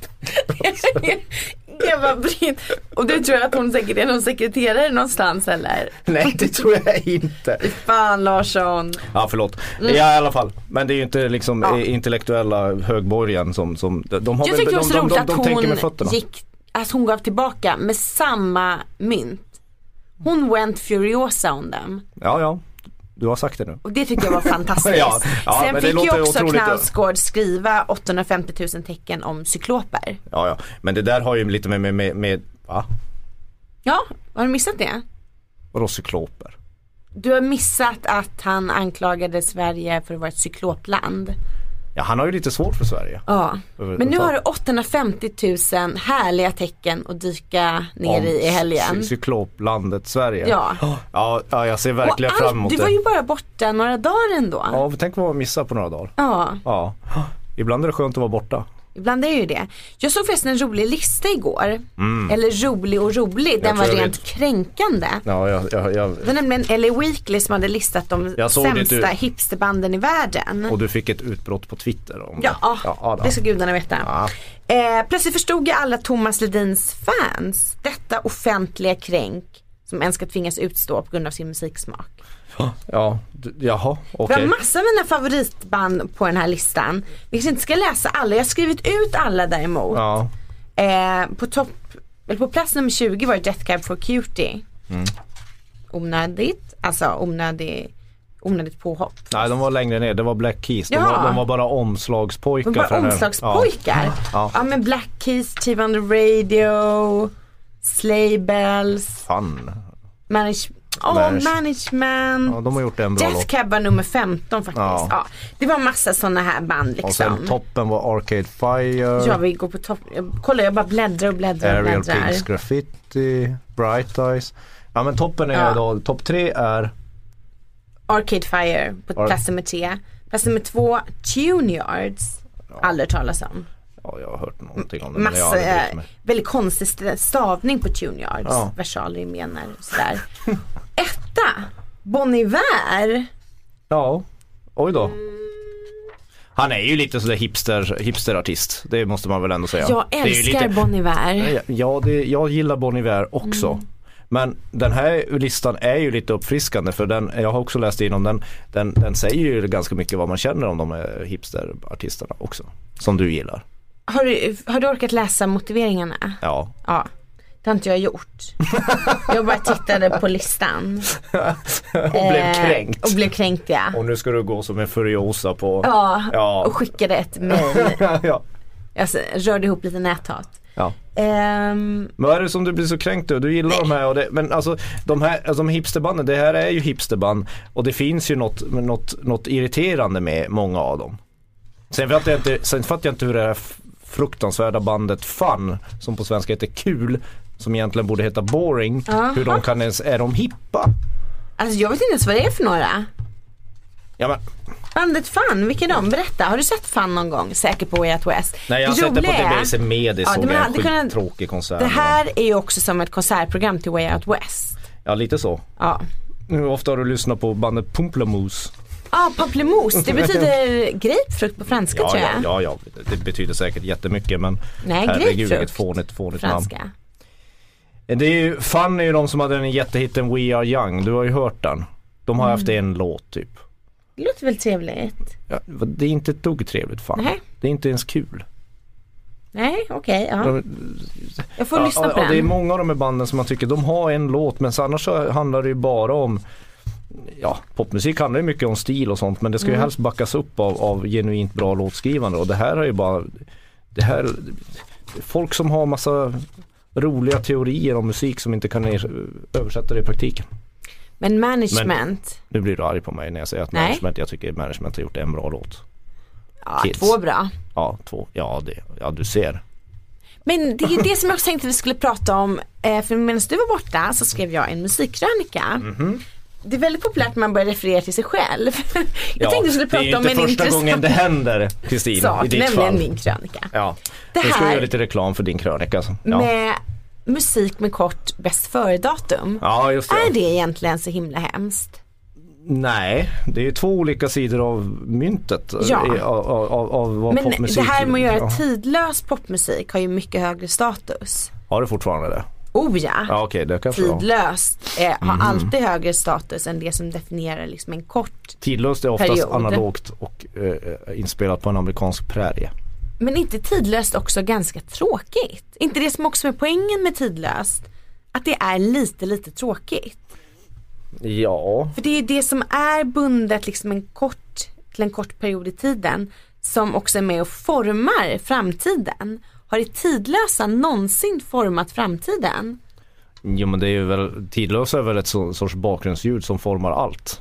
[SPEAKER 2] <laughs> Eva-Britt. Och du tror att hon säkert är någon sekreterare någonstans eller?
[SPEAKER 3] <laughs> Nej det tror jag inte.
[SPEAKER 2] Fan Larsson.
[SPEAKER 3] Ja förlåt. Ja i alla fall. Men det är ju inte liksom
[SPEAKER 2] Mm. Ja.
[SPEAKER 3] eh, intellektuella högborgen som, som de- de har
[SPEAKER 2] Jag
[SPEAKER 3] väl-
[SPEAKER 2] tycker
[SPEAKER 3] de,
[SPEAKER 2] det var så
[SPEAKER 3] de,
[SPEAKER 2] roligt
[SPEAKER 3] de, de,
[SPEAKER 2] att
[SPEAKER 3] tänker med
[SPEAKER 2] hon
[SPEAKER 3] fötterna.
[SPEAKER 2] gick, att hon gav tillbaka med samma mynt. Hon went furiosa on dem.
[SPEAKER 3] Ja ja, du har sagt det nu.
[SPEAKER 2] Och det tycker
[SPEAKER 3] <laughs>
[SPEAKER 2] jag var fantastiskt.
[SPEAKER 3] Ja, ja,
[SPEAKER 2] Sen
[SPEAKER 3] men det
[SPEAKER 2] fick ju
[SPEAKER 3] låter
[SPEAKER 2] också
[SPEAKER 3] otroligt.
[SPEAKER 2] Knausgård skriva 850 000 tecken om cykloper.
[SPEAKER 3] Ja ja, men det där har ju lite med, med, med, med va?
[SPEAKER 2] Ja, har du missat det?
[SPEAKER 3] Vadå cykloper?
[SPEAKER 2] Du har missat att han anklagade Sverige för att vara ett cyklopland.
[SPEAKER 3] Ja han har ju lite svårt för Sverige.
[SPEAKER 2] Ja.
[SPEAKER 3] Över-
[SPEAKER 2] Men nu
[SPEAKER 3] fan.
[SPEAKER 2] har du 850 000 härliga tecken att dyka ner
[SPEAKER 3] Om
[SPEAKER 2] i i helgen.
[SPEAKER 3] cy- Cykloplandet Sverige. Oh,
[SPEAKER 2] Ja.
[SPEAKER 3] ja. ja, jag ser
[SPEAKER 2] Och
[SPEAKER 3] verkligen
[SPEAKER 2] allt-
[SPEAKER 3] fram emot
[SPEAKER 2] du
[SPEAKER 3] det.
[SPEAKER 2] var ju bara borta några dagar ändå. Ja.
[SPEAKER 3] Ja, tänk vad man missar på några dagar. Ja. Ibland är det skönt att vara borta.
[SPEAKER 2] ibland är det ju det. Jag såg förresten en rolig lista igår. Eller rolig och rolig, den var
[SPEAKER 3] tror Mm. jag
[SPEAKER 2] rent
[SPEAKER 3] vet.
[SPEAKER 2] kränkande.
[SPEAKER 3] Ja, jag, jag, jag,
[SPEAKER 2] Det var nämligen LA Weekly som hade listat de
[SPEAKER 3] Jag såg det,
[SPEAKER 2] sämsta
[SPEAKER 3] du-
[SPEAKER 2] hipsterbanden i världen.
[SPEAKER 3] och du fick ett utbrott på Twitter om
[SPEAKER 2] Ja, ah,
[SPEAKER 3] det. Ja, ah, då. Ah.
[SPEAKER 2] det ska gudarna veta.
[SPEAKER 3] Ja.
[SPEAKER 2] Eh, plötsligt förstod jag alla Thomas Ledins fans detta offentliga kränk som en ska tvingas utstå på grund av sin musiksmak.
[SPEAKER 3] ja, d- jaha,
[SPEAKER 2] Det
[SPEAKER 3] okej.
[SPEAKER 2] var massa av mina favoritband på den här listan. Vi kanske inte ska läsa alla, jag har skrivit ut alla däremot.
[SPEAKER 3] Ja.
[SPEAKER 2] Eh, på, topp, eller på plats nummer 20 var det Death Cab for Cutie.
[SPEAKER 3] Mm.
[SPEAKER 2] Onödigt, alltså onödig, onödigt påhopp.
[SPEAKER 3] Nej de var längre ner, det var Black Keys. De,
[SPEAKER 2] Jaha.
[SPEAKER 3] var, de var bara omslagspojkar.
[SPEAKER 2] De
[SPEAKER 3] för
[SPEAKER 2] var
[SPEAKER 3] den här-
[SPEAKER 2] omslagspojkar. Ja.
[SPEAKER 3] Ja.
[SPEAKER 2] men Black Keys, Chief on the Radio, Sleigh Bells,
[SPEAKER 3] Ja, fan.
[SPEAKER 2] manage, oh,
[SPEAKER 3] Manage-
[SPEAKER 2] Management.
[SPEAKER 3] Ja, de har gjort en bra
[SPEAKER 2] Death
[SPEAKER 3] låt.
[SPEAKER 2] Cab var nummer 15 faktiskt. Ja.
[SPEAKER 3] Ja.
[SPEAKER 2] det var massa sådana här band
[SPEAKER 3] Och sen
[SPEAKER 2] liksom.
[SPEAKER 3] toppen var Arcade Fire,
[SPEAKER 2] Jag vill gå på topp. jag- Kolla jag bara bläddrar och bläddrar och
[SPEAKER 3] Ariel
[SPEAKER 2] bläddrar.
[SPEAKER 3] Pinks Graffiti, Bright Eyes. Ja men toppen är
[SPEAKER 2] Ja.
[SPEAKER 3] då, topp tre är
[SPEAKER 2] Arcade Fire på
[SPEAKER 3] Ar-
[SPEAKER 2] plats nummer 3. Plats nummer 2, Tune Yards. Aldrig talas om.
[SPEAKER 3] Ja jag har hört någonting om det men jag har
[SPEAKER 2] Massa,
[SPEAKER 3] aldrig brytt
[SPEAKER 2] eh,
[SPEAKER 3] mig.
[SPEAKER 2] väldigt konstig st- stavning på Tuneyards,
[SPEAKER 3] Ja.
[SPEAKER 2] versaler, menar och sådär. Etta, Bon Iver.
[SPEAKER 3] Ja, oj då. Han är ju lite sådär hipster, hipsterartist. Det måste man väl ändå säga.
[SPEAKER 2] Jag
[SPEAKER 3] Det är ju
[SPEAKER 2] älskar Bon Iver.
[SPEAKER 3] Ja, det, jag gillar Bon Iver också. Men den här listan är ju lite uppfriskande för den, jag har också läst igenom den, den, den säger ju ganska mycket vad man känner om de här hipsterartisterna också. Som du gillar.
[SPEAKER 2] Har du, har du orkat läsa motiveringarna?
[SPEAKER 3] Ja.
[SPEAKER 2] Ja, det har inte jag gjort. Jag bara tittade på listan.
[SPEAKER 3] <laughs>
[SPEAKER 2] Eh,
[SPEAKER 3] Och blev kränkt.
[SPEAKER 2] Och blev kränkt ja.
[SPEAKER 3] Och nu ska du gå som en furiosa på...
[SPEAKER 2] Ja,
[SPEAKER 3] Ja.
[SPEAKER 2] och skickade ett mejl.
[SPEAKER 3] <laughs> ja.
[SPEAKER 2] Jag s- rörde ihop lite näthat.
[SPEAKER 3] ja.
[SPEAKER 2] Ehm,
[SPEAKER 3] Men vad är det som du blir så kränkt över? Du gillar de här och det, men alltså de här, alltså, de hipsterbanden, det här är ju hipsterband och det finns ju något, något, något irriterande med många av dem. Sen fattar jag inte, sen fattar jag inte hur det här f- fruktansvärda bandet Fun, som på svenska heter Kul, som egentligen borde heta Boring, hur de kan ens, är de hippa?
[SPEAKER 2] alltså jag vet inte ens vad det är för några.
[SPEAKER 3] Ja, men,
[SPEAKER 2] Bandet Fun, vilka är de? Berätta, har du sett Fun någon gång? Säker på Way Out West.
[SPEAKER 3] nej jag har
[SPEAKER 2] Det
[SPEAKER 3] sett det på
[SPEAKER 2] roliga är-
[SPEAKER 3] TBC Medi,
[SPEAKER 2] Ja,
[SPEAKER 3] såg
[SPEAKER 2] men
[SPEAKER 3] jag en
[SPEAKER 2] hade kunnat-
[SPEAKER 3] skittråkig konsert.
[SPEAKER 2] Det här är ju också som ett konsertprogram till Way Out West.
[SPEAKER 3] Ja lite så.
[SPEAKER 2] Ja.
[SPEAKER 3] Hur ofta har du lyssnat på bandet Pumplemousse?
[SPEAKER 2] ah, pamplemousse, det
[SPEAKER 3] <laughs>
[SPEAKER 2] betyder grapefrukt på franska
[SPEAKER 3] Ja,
[SPEAKER 2] tror
[SPEAKER 3] ja,
[SPEAKER 2] jag.
[SPEAKER 3] ja, ja, det betyder säkert jättemycket men
[SPEAKER 2] Nej,
[SPEAKER 3] herregud vilket
[SPEAKER 2] grapefrukt.
[SPEAKER 3] fånigt, fånigt namn. Eh,
[SPEAKER 2] Franska.
[SPEAKER 3] Det är ju, Fun är ju de som hade den jättehitten We Are Young, du har ju hört den. De har haft
[SPEAKER 2] Mm.
[SPEAKER 3] en låt typ.
[SPEAKER 2] Det låter väl trevligt?
[SPEAKER 3] Ja, det är inte ett dugg trevligt Fun.
[SPEAKER 2] Nej.
[SPEAKER 3] Det är inte ens kul.
[SPEAKER 2] Nej, okej. ja.
[SPEAKER 3] De-
[SPEAKER 2] Jag får lyssna
[SPEAKER 3] ja,
[SPEAKER 2] på
[SPEAKER 3] ja, Det är
[SPEAKER 2] den.
[SPEAKER 3] många av de här banden som man tycker de har en låt men så annars så handlar det ju bara om Ja, popmusik handlar ju mycket om stil och sånt men det ska
[SPEAKER 2] Mm.
[SPEAKER 3] ju helst backas upp av, av genuint bra låtskrivande och det här är ju bara Det här Folk som har massa roliga teorier om musik som inte kan er- översätta det i praktiken.
[SPEAKER 2] Men management.
[SPEAKER 3] Nu blir du arg på mig när jag säger att
[SPEAKER 2] Nej.
[SPEAKER 3] management, jag tycker management har gjort en bra låt.
[SPEAKER 2] ja,
[SPEAKER 3] kids.
[SPEAKER 2] två bra.
[SPEAKER 3] Ja, två, ja, det, ja du ser.
[SPEAKER 2] Men det är ju det som jag också tänkte vi skulle prata om. Eh, för medan du var borta så skrev jag en musikkrönika.
[SPEAKER 3] Mhm.
[SPEAKER 2] Det är väldigt populärt när man börjar referera till sig själv. <laughs> jag
[SPEAKER 3] Ja,
[SPEAKER 2] tänkte vi skulle
[SPEAKER 3] det är ju
[SPEAKER 2] prata om
[SPEAKER 3] inte
[SPEAKER 2] en
[SPEAKER 3] första gången
[SPEAKER 2] intressant
[SPEAKER 3] det händer Kristin, i
[SPEAKER 2] sak,
[SPEAKER 3] ditt
[SPEAKER 2] nämligen
[SPEAKER 3] fall.
[SPEAKER 2] min krönika.
[SPEAKER 3] Ja,
[SPEAKER 2] Det
[SPEAKER 3] nu ska
[SPEAKER 2] här-
[SPEAKER 3] vi göra lite reklam för din krönika. alltså. Ja,
[SPEAKER 2] Med musik med kort bäst före-datum.
[SPEAKER 3] ja just det.
[SPEAKER 2] Är det egentligen så himla hemskt?
[SPEAKER 3] Nej, det är ju två olika sidor av myntet.
[SPEAKER 2] Ja.
[SPEAKER 3] i- Av, av, av, av vad
[SPEAKER 2] Men
[SPEAKER 3] popmusik...
[SPEAKER 2] det här typ- med att göra
[SPEAKER 3] ja.
[SPEAKER 2] tidlös popmusik har ju mycket högre status.
[SPEAKER 3] Har du fortfarande det?
[SPEAKER 2] Oh ja.
[SPEAKER 3] Ja Mhm. okej, det kanske jag har.
[SPEAKER 2] Tidlöst eh, har alltid högre status än det som definierar liksom en kort.
[SPEAKER 3] Tidlöst är oftast
[SPEAKER 2] Period.
[SPEAKER 3] analogt och eh, inspelat på en amerikansk prärie.
[SPEAKER 2] Men inte tidlöst också ganska tråkigt? Inte det som också är poängen med tidlöst? Att det är lite lite tråkigt.
[SPEAKER 3] Ja,
[SPEAKER 2] För det är det som är bundet liksom en kort, till en kort period i tiden som också är med och formar framtiden. Har det tidlösa någonsin format framtiden?
[SPEAKER 3] Jo men det är ju väl, tidlös är väl ett så, sorts bakgrundsljud som formar allt.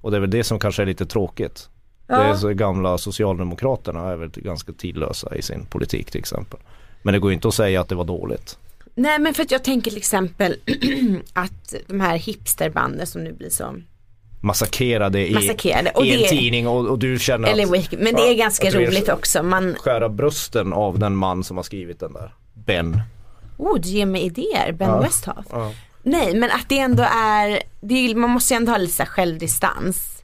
[SPEAKER 3] Och det är väl det som kanske är lite tråkigt. Det är så gamla Socialdemokraterna är väl ganska tidlösa i sin politik till exempel. Men det går ju inte att säga att det var dåligt.
[SPEAKER 2] Nej men för att jag tänker till exempel <clears throat> att de här hipsterbanden som nu blir så
[SPEAKER 3] Massakrerade i,
[SPEAKER 2] Massakrerade, och
[SPEAKER 3] i en
[SPEAKER 2] det-
[SPEAKER 3] tidning och, och du känner
[SPEAKER 2] Eller
[SPEAKER 3] att
[SPEAKER 2] Wake, men det är
[SPEAKER 3] Ja,
[SPEAKER 2] ganska
[SPEAKER 3] att du är
[SPEAKER 2] roligt
[SPEAKER 3] så-
[SPEAKER 2] också. Man,
[SPEAKER 3] skära brösten av den man som har skrivit den där. Ben.
[SPEAKER 2] oh du ger mig idéer, Ben Westhoff. Nej men att det ändå är, det är, ju- man måste ju ändå ha lite så här självdistans. Eh,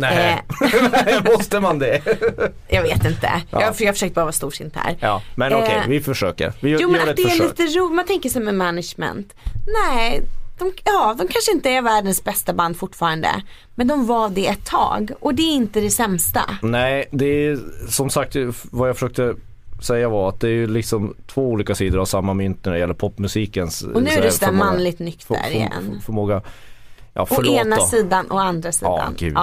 [SPEAKER 3] Nej, <laughs> måste man det?
[SPEAKER 2] <laughs> Jag vet inte, jag, för jag har försökt bara vara storsint här.
[SPEAKER 3] Ja, men okej,
[SPEAKER 2] Eh,
[SPEAKER 3] vi försöker. Vi
[SPEAKER 2] Jo
[SPEAKER 3] gör
[SPEAKER 2] men
[SPEAKER 3] ett
[SPEAKER 2] att det är
[SPEAKER 3] försök.
[SPEAKER 2] lite roligt, man tänker sig med management. Nej, de, ja de kanske inte är världens bästa band fortfarande. Men de var det ett tag och det är inte det sämsta.
[SPEAKER 3] Nej, det är som sagt vad jag försökte säga var att det är ju liksom två olika sidor av samma mynt när det gäller popmusikens eh,
[SPEAKER 2] Och nu
[SPEAKER 3] så
[SPEAKER 2] är
[SPEAKER 3] här,
[SPEAKER 2] det sådär
[SPEAKER 3] förmåga-
[SPEAKER 2] manligt nykter
[SPEAKER 3] för- för-
[SPEAKER 2] igen.
[SPEAKER 3] Förmåga, ja
[SPEAKER 2] Å
[SPEAKER 3] förlåt
[SPEAKER 2] ena
[SPEAKER 3] då.
[SPEAKER 2] sidan och andra sidan.
[SPEAKER 3] gud.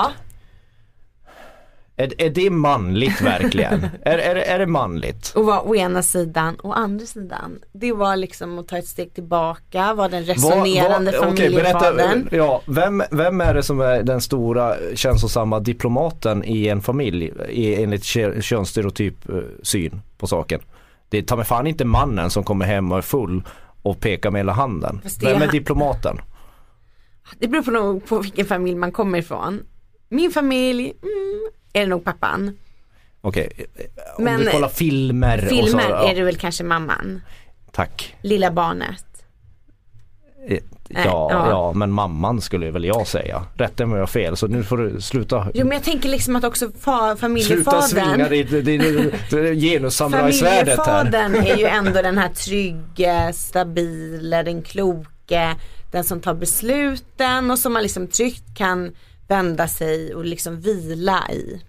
[SPEAKER 3] Är, är det manligt verkligen?
[SPEAKER 2] <laughs>
[SPEAKER 3] är, är, är det manligt?
[SPEAKER 2] Och vara å ena sidan och andra sidan. Det var liksom att ta ett steg tillbaka, vara den resonerande
[SPEAKER 3] Vad- vad- okej,
[SPEAKER 2] familjefadern.
[SPEAKER 3] berätta, ja, vem, vem är det som är den stora känslosamma diplomaten i en familj i, enligt kö- könsstereotyp eh, syn på saken? Det är ta mig fan inte mannen som kommer hem och är full och pekar med hela handen.
[SPEAKER 2] Fast det är
[SPEAKER 3] Vem är
[SPEAKER 2] han-
[SPEAKER 3] diplomaten?
[SPEAKER 2] Det beror på, nog på vilken familj man kommer ifrån. Min familj, mm, är det nog pappan.
[SPEAKER 3] Okej, eh, om
[SPEAKER 2] Men-
[SPEAKER 3] vi kollar filmer, och så,
[SPEAKER 2] Filmer
[SPEAKER 3] ja,
[SPEAKER 2] är det väl kanske mamman,
[SPEAKER 3] Tack.
[SPEAKER 2] lilla barnet.
[SPEAKER 3] Eh, Ja,
[SPEAKER 2] ja.
[SPEAKER 3] ja. men mamman skulle väl jag säga. Rätta mig om jag har fel så nu får du sluta.
[SPEAKER 2] Jo men jag tänker liksom att också fa-
[SPEAKER 3] Sluta svinga
[SPEAKER 2] familjefadern.
[SPEAKER 3] ditt ditt- ditt- ditt genussamurajsvärdet här.
[SPEAKER 2] Familjefadern är ju ändå den här trygge, stabile, den kloke, den som tar besluten och som man liksom tryggt kan vända sig och liksom vila i.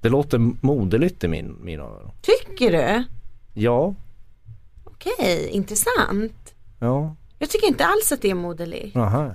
[SPEAKER 3] Det låter moderligt i min, mina öron.
[SPEAKER 2] Tycker du?
[SPEAKER 3] Ja,
[SPEAKER 2] Okej, intressant.
[SPEAKER 3] ja,
[SPEAKER 2] Jag tycker inte alls att det är moderligt.
[SPEAKER 3] aha.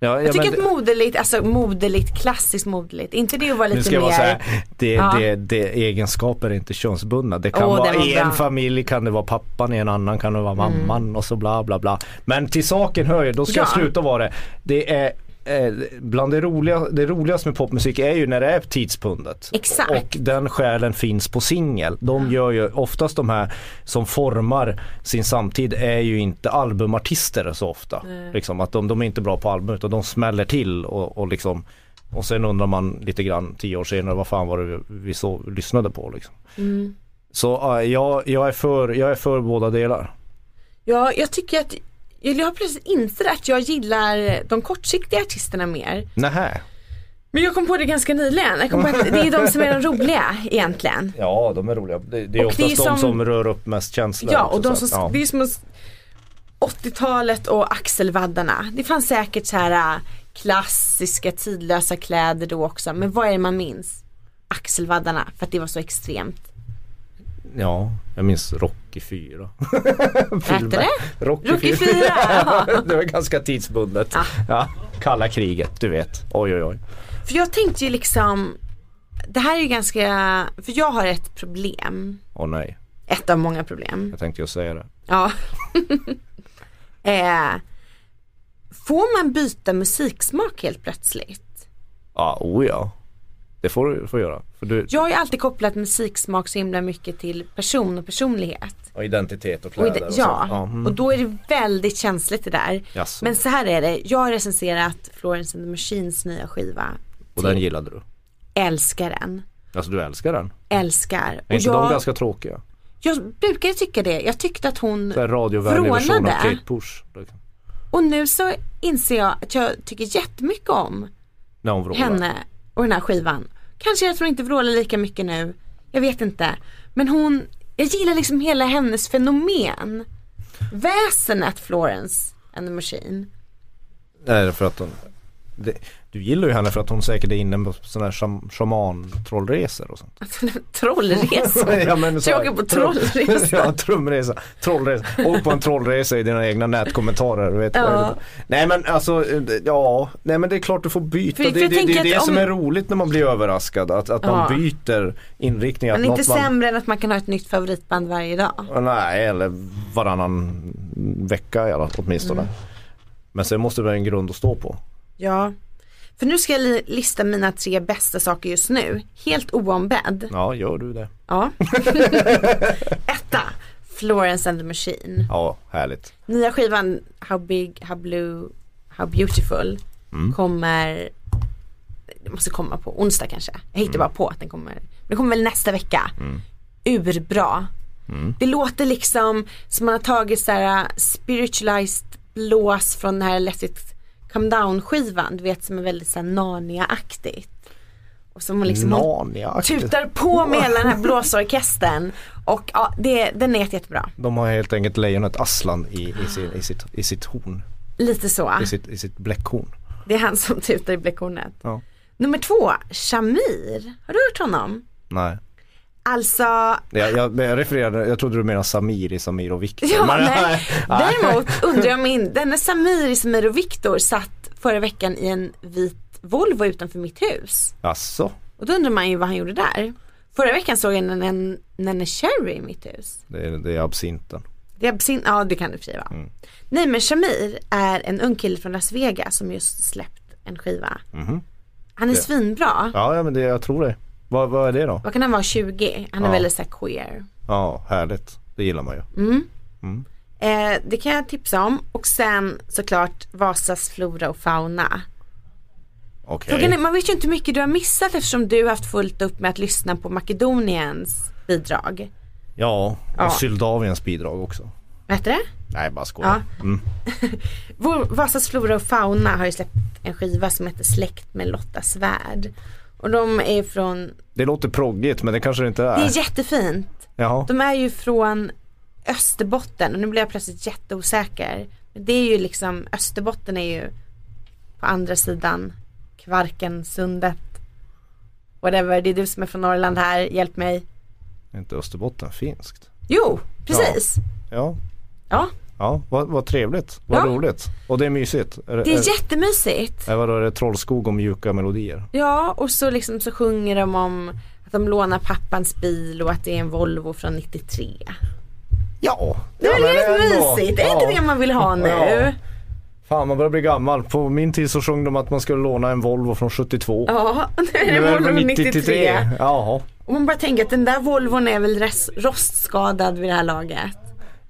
[SPEAKER 3] Ja,
[SPEAKER 2] Jag tycker
[SPEAKER 3] men,
[SPEAKER 2] att moderligt, alltså moderligt, klassiskt moderligt, inte det att vara
[SPEAKER 3] nu
[SPEAKER 2] lite
[SPEAKER 3] ska jag
[SPEAKER 2] mer.
[SPEAKER 3] vara så här, det,
[SPEAKER 2] Ja.
[SPEAKER 3] det, det, egenskaper är inte könsbundna. Det kan
[SPEAKER 2] Åh,
[SPEAKER 3] vara
[SPEAKER 2] den var
[SPEAKER 3] i
[SPEAKER 2] bra. Mm.
[SPEAKER 3] en familj kan det vara pappan, i en annan kan det vara mamman och så bla bla bla. Men till saken hör ju, då ska jag
[SPEAKER 2] Ja.
[SPEAKER 3] sluta vara det. Det är eh, Bland det, roliga, det roligaste med popmusik är ju när det är tidspundet.
[SPEAKER 2] Exakt.
[SPEAKER 3] Och den själen finns på singel. De gör ju oftast de här som formar sin samtid är ju inte albumartister så ofta. Liksom att de, de är inte bra på album utan de smäller till och, och liksom och sen undrar man lite grann tio år senare vad fan var det vi- vi så, lyssnade på liksom.
[SPEAKER 2] Mm.
[SPEAKER 3] Så eh, jag, jag, är för, jag är för båda delar.
[SPEAKER 2] Ja, jag tycker att, jag har plötsligt insett att jag gillar de kortsiktiga artisterna mer.
[SPEAKER 3] Nähä.
[SPEAKER 2] Men jag kom på det ganska nyligen. Jag kom på att det är de som är de roliga egentligen.
[SPEAKER 3] Ja, de är roliga. Det, det är
[SPEAKER 2] Och det är
[SPEAKER 3] oftast de
[SPEAKER 2] som-
[SPEAKER 3] som rör upp mest känslor.
[SPEAKER 2] Ja,
[SPEAKER 3] också,
[SPEAKER 2] och de
[SPEAKER 3] så
[SPEAKER 2] som,
[SPEAKER 3] att- ja.
[SPEAKER 2] det är som att- 80-talet och axelvaddarna. Det fanns säkert så här äh, klassiska tidlösa kläder då också. Men vad är det man minns? Axelvaddarna, för att det var så extremt.
[SPEAKER 3] Ja, jag minns Rocky 4.
[SPEAKER 2] <laughs> Hette det?
[SPEAKER 3] Rocky,
[SPEAKER 2] Rocky
[SPEAKER 3] 4.
[SPEAKER 2] 4! <laughs> ja.
[SPEAKER 3] <laughs> det var ganska tidsbundet. Ja. Kalla kriget, du vet. Oj oj oj.
[SPEAKER 2] För jag tänkte ju liksom, det här är ju ganska, för jag har ett problem.
[SPEAKER 3] Åh nej,
[SPEAKER 2] Ett av många problem.
[SPEAKER 3] jag tänkte ju säga det.
[SPEAKER 2] Ja. <laughs> eh, får man byta musiksmak helt plötsligt?
[SPEAKER 3] Ja, oh ja. Det får du får göra. För du,
[SPEAKER 2] Jag har ju alltid kopplat musiksmak så himla mycket till person och personlighet.
[SPEAKER 3] och identitet och
[SPEAKER 2] Och i
[SPEAKER 3] kläder
[SPEAKER 2] det,
[SPEAKER 3] och så.
[SPEAKER 2] ja,
[SPEAKER 3] mm.
[SPEAKER 2] och då är det väldigt känsligt det där.
[SPEAKER 3] Jaså.
[SPEAKER 2] Men så här är det, jag har recenserat Florence and the Machines nya skiva.
[SPEAKER 3] och den gillade du.
[SPEAKER 2] Älskar den,
[SPEAKER 3] Alltså du älskar den.
[SPEAKER 2] älskar.
[SPEAKER 3] Är
[SPEAKER 2] Och
[SPEAKER 3] inte de
[SPEAKER 2] jag,
[SPEAKER 3] ganska tråkiga?
[SPEAKER 2] jag brukade tycka det, jag tyckte att hon,
[SPEAKER 3] Så här radiovänlig version av
[SPEAKER 2] Vrålade.
[SPEAKER 3] Kate Bush. liksom.
[SPEAKER 2] och nu så inser jag att jag tycker jättemycket om
[SPEAKER 3] När hon vrålar.
[SPEAKER 2] henne och den här skivan. Kanske jag tror inte vrålar lika mycket nu, jag vet inte. Men hon, jag gillar liksom hela hennes fenomen. Väsenet Florence and the Machine.
[SPEAKER 3] Nej, för att hon... Det, du gillar ju henne för att hon säkert är inne på sådana här sham, shaman-trollresor och sånt.
[SPEAKER 2] Trollresor.
[SPEAKER 3] <laughs> Ja, men så-
[SPEAKER 2] jag åker på trollresa.
[SPEAKER 3] <laughs> ja, trumresa, trollresa. Och på en trollresa i dina egna nätkommentarer. Vet du
[SPEAKER 2] Ja.
[SPEAKER 3] vad jag menar? Nej men alltså, eh, ja. Nej men det är klart du får byta.
[SPEAKER 2] För-
[SPEAKER 3] det,
[SPEAKER 2] för
[SPEAKER 3] det,
[SPEAKER 2] jag
[SPEAKER 3] det,
[SPEAKER 2] tänker
[SPEAKER 3] är
[SPEAKER 2] att
[SPEAKER 3] det
[SPEAKER 2] om-
[SPEAKER 3] som är roligt när man blir överraskad. Att, att
[SPEAKER 2] Ja.
[SPEAKER 3] man byter inriktning. Att
[SPEAKER 2] Men inte
[SPEAKER 3] något man,
[SPEAKER 2] sämre än att man kan ha ett nytt favoritband varje dag.
[SPEAKER 3] Nej, eller varannan vecka i alla fall, åtminstone.
[SPEAKER 2] Mm.
[SPEAKER 3] Men sen måste det vara en grund att stå på.
[SPEAKER 2] Ja. För nu ska jag li- lista mina tre bästa saker just nu. Helt oombedd.
[SPEAKER 3] Ja, gör du det? <laughs>
[SPEAKER 2] Ja. <laughs> Etta. Florence and the Machine.
[SPEAKER 3] Ja, härligt.
[SPEAKER 2] Nya skivan How Big, How Blue, How Beautiful kommer, det måste komma på onsdag kanske. Jag hittar bara på att den kommer, den kommer väl nästa vecka. Urbra. Det låter liksom som man har tagit så här uh, spiritualized blås från den här Let It Come Down skivan, du vet som är väldigt så här Narnia-aktigt. Och som hon liksom hon
[SPEAKER 3] Narnia.
[SPEAKER 2] tutar på med hela den här blåsorkestern och ja, det, den är jätte- jättebra.
[SPEAKER 3] De har helt enkelt lejonet Aslan i, i, sin, i, sitt, i sitt horn,
[SPEAKER 2] Lite så.
[SPEAKER 3] i sitt, i sitt bläckhorn.
[SPEAKER 2] Det är han som tutar i bläckhornet.
[SPEAKER 3] Ja.
[SPEAKER 2] Nummer två, Shamir. Har du hört honom?
[SPEAKER 3] Nej,
[SPEAKER 2] Alltså,
[SPEAKER 3] jag, jag, jag refererade, jag trodde du menade Samir i Samir och Viktor.
[SPEAKER 2] ja,
[SPEAKER 3] Men- <laughs>
[SPEAKER 2] nej. Däremot undrar jag om in, denne Samir, Samir och Viktor satt förra veckan i en vit Volvo utanför mitt hus.
[SPEAKER 3] Jaså,
[SPEAKER 2] Och då undrar man ju vad han gjorde där. Förra veckan såg jag en, en, en Cherry i mitt hus.
[SPEAKER 3] det är, det är absinten.
[SPEAKER 2] Det är absin- ja det kan du säga va?
[SPEAKER 3] Mm.
[SPEAKER 2] Nej men Shamir är en ung kille från Las Vegas som just släppt en skiva. Han är svinbra.
[SPEAKER 3] Mhm. Ja, ja men det, jag tror det. Vad, vad är det då?
[SPEAKER 2] Vad kan han vara, 20? Han är
[SPEAKER 3] Ja.
[SPEAKER 2] väldigt så här queer.
[SPEAKER 3] Ja, härligt. Det gillar man ju.
[SPEAKER 2] Mm. Eh, det kan jag tipsa om. Och sen såklart Vasas flora och fauna.
[SPEAKER 3] Okej.
[SPEAKER 2] Frågan är, man vet ju inte hur mycket du har missat eftersom du har haft fullt upp med att lyssna på Makedoniens bidrag.
[SPEAKER 3] Ja,
[SPEAKER 2] Ja.
[SPEAKER 3] och Syldaviens bidrag också.
[SPEAKER 2] Vad heter det?
[SPEAKER 3] Nej, bara skoja.
[SPEAKER 2] Ja. Vår, Vasas flora och fauna har ju släppt en skiva som heter Släkt med Lotta Svärd. Och de är från,
[SPEAKER 3] Det låter proggigt men det kanske det inte är.
[SPEAKER 2] det är jättefint.
[SPEAKER 3] Jaha.
[SPEAKER 2] De är ju från Österbotten och nu blir jag plötsligt jätteosäker. Men det är ju liksom, Österbotten är ju på andra sidan Kvarkensundet. Whatever, det är du som är från Norrland här, hjälp mig.
[SPEAKER 3] Är inte Österbotten finskt?
[SPEAKER 2] Jo, precis.
[SPEAKER 3] Ja,
[SPEAKER 2] Ja,
[SPEAKER 3] ja vad, vad trevligt. Vad
[SPEAKER 2] Ja.
[SPEAKER 3] roligt. Och det är mysigt. Är,
[SPEAKER 2] det är
[SPEAKER 3] är,
[SPEAKER 2] jättemysigt.
[SPEAKER 3] är, vadå, är det trollskog och mjuka melodier?
[SPEAKER 2] Ja, och så liksom så sjunger de om att de lånar pappans bil och att det är en Volvo från 93.
[SPEAKER 3] Ja,
[SPEAKER 2] Det är
[SPEAKER 3] men
[SPEAKER 2] väldigt
[SPEAKER 3] ändå.
[SPEAKER 2] mysigt, det är
[SPEAKER 3] Ja.
[SPEAKER 2] inte det man vill ha nu.
[SPEAKER 3] Ja. Fan man börjar bli gammal. På min tid så sjöng de att man skulle låna en Volvo från 72.
[SPEAKER 2] Ja, <laughs> nu är det
[SPEAKER 3] Nu
[SPEAKER 2] en
[SPEAKER 3] är det
[SPEAKER 2] Volvo 93. 93.
[SPEAKER 3] Jaha.
[SPEAKER 2] Och man bara tänker att den där Volvon är väl res- rostskadad vid det här laget.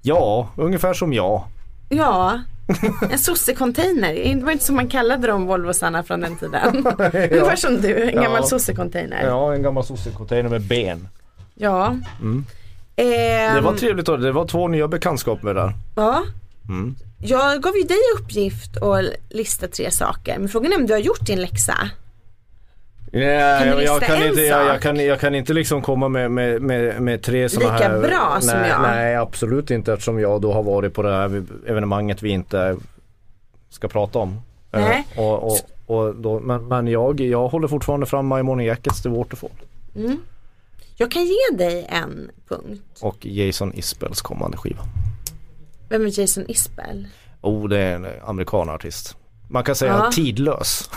[SPEAKER 3] Ja, ungefär som jag. <laughs>
[SPEAKER 2] Ja, en sossecontainer. Det var inte som man kallade de Volvosarna från den
[SPEAKER 3] <laughs>
[SPEAKER 2] tiden. Ungefär som du, en gammal
[SPEAKER 3] Ja.
[SPEAKER 2] sossecontainer. Ja.
[SPEAKER 3] Ja, en gammal sossecontainer med ben.
[SPEAKER 2] Ehm,
[SPEAKER 3] Mm. Det var trevligt då. Det var två nya bekantskaper med det där.
[SPEAKER 2] Ja.
[SPEAKER 3] Mm.
[SPEAKER 2] Jag gav ju dig uppgift att lista tre saker. Men frågan är om du har gjort din läxa.
[SPEAKER 3] Yeah,
[SPEAKER 2] Kan du
[SPEAKER 3] jag, jag,
[SPEAKER 2] lista
[SPEAKER 3] kan
[SPEAKER 2] en
[SPEAKER 3] inte, jag, jag,
[SPEAKER 2] sak?
[SPEAKER 3] kan, jag kan inte liksom komma med, med, med, med tre sådana
[SPEAKER 2] Lika
[SPEAKER 3] här.
[SPEAKER 2] bra som
[SPEAKER 3] nej,
[SPEAKER 2] jag.
[SPEAKER 3] Nej absolut inte eftersom jag då har varit på det här evenemanget vi inte ska prata om. Eh,
[SPEAKER 2] Nej.
[SPEAKER 3] Och, och, och då, men men jag, jag håller fortfarande fram My Morning Jackets The Waterfall
[SPEAKER 2] Jag kan ge dig en punkt.
[SPEAKER 3] och Jason Isbells kommande skiva.
[SPEAKER 2] Vem är Jason Isbell?
[SPEAKER 3] Oh det är en amerikan artist. Man kan säga
[SPEAKER 2] Ja. <laughs> mm.
[SPEAKER 3] tidlös.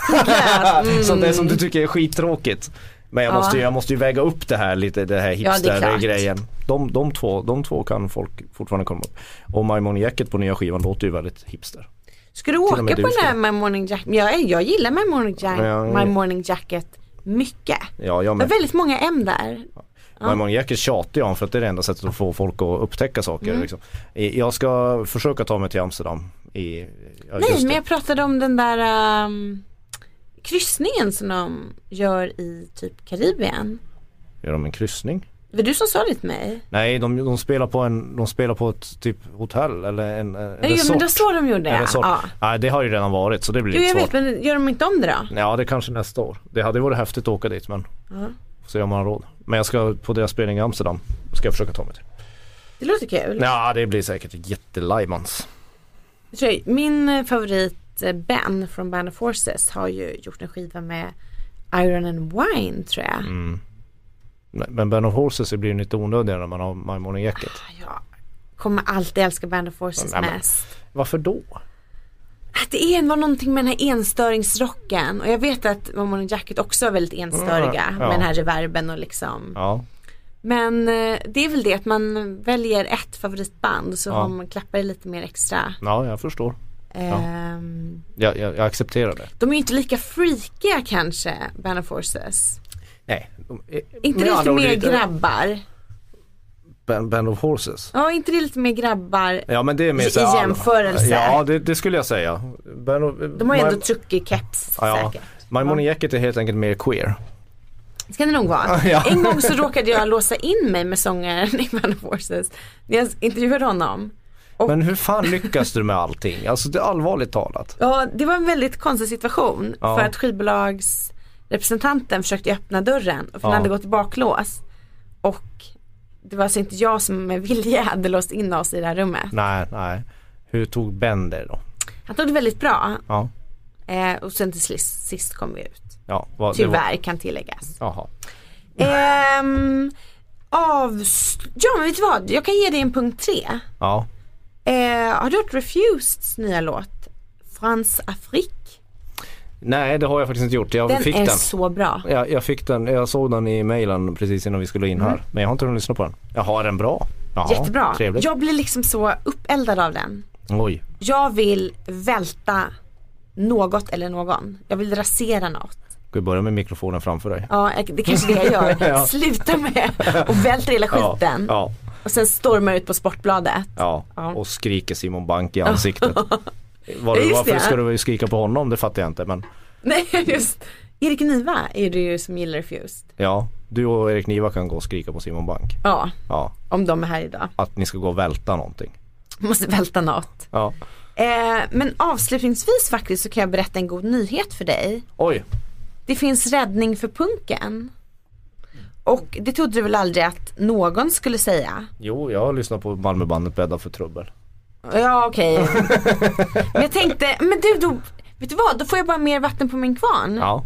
[SPEAKER 3] Sånt där som du tycker är skittråkigt. Men jag måste, ju- jag måste ju väga upp det här lite, det här
[SPEAKER 2] det är klart.
[SPEAKER 3] hipster-grejen. de, de, två, de två kan folk fortfarande komma upp. Och My Morning Jacket på nya skivan låter ju väldigt hipster.
[SPEAKER 2] Ska du
[SPEAKER 3] och
[SPEAKER 2] åka
[SPEAKER 3] med
[SPEAKER 2] på
[SPEAKER 3] du
[SPEAKER 2] den
[SPEAKER 3] ska.
[SPEAKER 2] här My Morning Jacket? Jag, är- jag gillar My Morning, Jack,
[SPEAKER 3] Ja, ja.
[SPEAKER 2] My Morning Jacket mycket.
[SPEAKER 3] Ja, jag
[SPEAKER 2] Det var
[SPEAKER 3] med.
[SPEAKER 2] väldigt många M där.
[SPEAKER 3] My Morning Jacket tjatar jag om för att det är det enda sättet att få folk att upptäcka saker.
[SPEAKER 2] Mm.
[SPEAKER 3] Liksom. Eh, Jag ska försöka ta mig till Amsterdam i
[SPEAKER 2] Nej
[SPEAKER 3] augusti.
[SPEAKER 2] men jag pratade om den där ehm, kryssningen som de gör i typ Karibien.
[SPEAKER 3] Gör de en kryssning?
[SPEAKER 2] Det var du som sa det till mig.
[SPEAKER 3] Nej, de, de, spelar på en, de spelar på ett typ hotell eller en, en
[SPEAKER 2] Jo men
[SPEAKER 3] resort.
[SPEAKER 2] det var så de gjorde
[SPEAKER 3] En
[SPEAKER 2] det.
[SPEAKER 3] resort.
[SPEAKER 2] Ja.
[SPEAKER 3] Nej, det har ju redan varit så det blir
[SPEAKER 2] Jo jag
[SPEAKER 3] lite svårt.
[SPEAKER 2] vet men gör de inte om det då?
[SPEAKER 3] Ja det kanske nästa år. Det hade varit häftigt att åka dit men får se om man har råd. Men jag ska på deras spelning i Amsterdam. Ska jag försöka ta mig till.
[SPEAKER 2] Det låter kul.
[SPEAKER 3] Ja det blir säkert jättelajmans.
[SPEAKER 2] Jag tror- Min eh, favorit eh, Ben från Band of Forces har ju gjort en skiva med Iron and Wine tror jag.
[SPEAKER 3] Mm. Nej, Men Band of Horses det blir ju lite onödigare när man har My Morning Jacket.
[SPEAKER 2] Jag kommer alltid älska Band of Forces
[SPEAKER 3] Nej, men-
[SPEAKER 2] mest.
[SPEAKER 3] Varför då?
[SPEAKER 2] Att det är- var någonting med den här enstöringsrocken och jag vet att My Morning Jacket också är väldigt enstöriga
[SPEAKER 3] Mm, ja.
[SPEAKER 2] med den här reverben och liksom.
[SPEAKER 3] Ja.
[SPEAKER 2] Men eh, det är väl det att man väljer ett favoritband så
[SPEAKER 3] Ja.
[SPEAKER 2] har man, klappar det lite mer extra.
[SPEAKER 3] Ja jag förstår.
[SPEAKER 2] Ehm,
[SPEAKER 3] Jag, jag, jag accepterar det.
[SPEAKER 2] de är ju inte lika freakiga kanske, Band of Forces.
[SPEAKER 3] Nej. de- eh,
[SPEAKER 2] Inte
[SPEAKER 3] med
[SPEAKER 2] det
[SPEAKER 3] andra
[SPEAKER 2] lite
[SPEAKER 3] ord,
[SPEAKER 2] mer
[SPEAKER 3] det-
[SPEAKER 2] grabbar?
[SPEAKER 3] Band, Band of Horses.
[SPEAKER 2] Ja, inte det lite mer grabbar?
[SPEAKER 3] Ja men det är mer
[SPEAKER 2] I-
[SPEAKER 3] så här-
[SPEAKER 2] i jämförelse.
[SPEAKER 3] Ja det, det skulle jag säga. Band of,
[SPEAKER 2] De har ju
[SPEAKER 3] My-
[SPEAKER 2] ändå truckig keps
[SPEAKER 3] ja,
[SPEAKER 2] säkert.
[SPEAKER 3] My Morning Jacket är helt enkelt mer queer.
[SPEAKER 2] Det ska det nog vara.
[SPEAKER 3] <laughs> Ja.
[SPEAKER 2] En gång så råkade jag låsa in mig med sångaren i Band of Forces när jag intervjuade honom.
[SPEAKER 3] Men hur fan lyckas du med allting? Alltså det är allvarligt talat.
[SPEAKER 2] Ja, det var en väldigt konstig situation
[SPEAKER 3] Ja.
[SPEAKER 2] för att skivbolagsrepresentanten försökte öppna dörren för den
[SPEAKER 3] Ja.
[SPEAKER 2] hade gått i baklås. Och det var alltså inte jag som med vilja <laughs> hade låst in oss i det här rummet.
[SPEAKER 3] Nej, nej. Hur tog Ben det då?
[SPEAKER 2] Han tog det väldigt bra
[SPEAKER 3] Ja.
[SPEAKER 2] eh, och sen till sist, sist kom vi ut.
[SPEAKER 3] ja vad, det var-
[SPEAKER 2] Tyvärr kan tilläggas.
[SPEAKER 3] Jaha.
[SPEAKER 2] Ehm, avs- ja men vet du vad, jag kan ge dig en punkt tre.
[SPEAKER 3] Ja.
[SPEAKER 2] Eh, har du hört Refuseds nya låt? France Afrique.
[SPEAKER 3] Nej det har jag faktiskt inte gjort. Jag
[SPEAKER 2] Den
[SPEAKER 3] fick
[SPEAKER 2] är
[SPEAKER 3] den.
[SPEAKER 2] så bra.
[SPEAKER 3] Jag, jag fick den, jag såg den i mailen precis innan vi skulle in här. Men jag har inte hunnit lyssna på den. Jaha, är den bra? Jaha,
[SPEAKER 2] Mm. Jättebra.
[SPEAKER 3] Trevligt.
[SPEAKER 2] Jag blir liksom så uppeldad av den.
[SPEAKER 3] Oj.
[SPEAKER 2] Jag vill välta något eller någon. Jag vill rasera något.
[SPEAKER 3] Ska vi börja med mikrofonen framför dig?
[SPEAKER 2] Ja, det är kanske det jag gör. <laughs>
[SPEAKER 3] Ja.
[SPEAKER 2] Sluta med <laughs> och välta hela skiten.
[SPEAKER 3] Ja.
[SPEAKER 2] Och sen stormar jag ut på Sportbladet.
[SPEAKER 3] Ja.
[SPEAKER 2] Ja.
[SPEAKER 3] ja. Och skriker Simon Bank
[SPEAKER 2] <laughs>
[SPEAKER 3] i ansiktet. Var,
[SPEAKER 2] Ja, just
[SPEAKER 3] varför
[SPEAKER 2] det.
[SPEAKER 3] ska du skrika på honom? Det fattar jag inte men.
[SPEAKER 2] <laughs> Nej, just. Erik Niva är det ju som gillar Refused.
[SPEAKER 3] Ja. Du och Erik Niva kan gå och skrika på Simon Bank.
[SPEAKER 2] Ja,
[SPEAKER 3] Ja.
[SPEAKER 2] om de är här idag. <laughs>
[SPEAKER 3] Att ni ska gå och välta någonting.
[SPEAKER 2] Måste välta något.
[SPEAKER 3] Ja.
[SPEAKER 2] Eh, men avslutningsvis faktiskt så kan jag berätta en god nyhet för dig.
[SPEAKER 3] Oj.
[SPEAKER 2] Det finns räddning för punken. Och det trodde du väl aldrig att någon skulle säga?
[SPEAKER 3] Jo, jag har lyssnat på Malmöbandet Bädda för trubbel.
[SPEAKER 2] Mm. Ja okej.
[SPEAKER 3] <laughs>
[SPEAKER 2] men jag tänkte, men du då, vet du vad? Då får jag bara mer vatten på min kvarn.
[SPEAKER 3] Ja.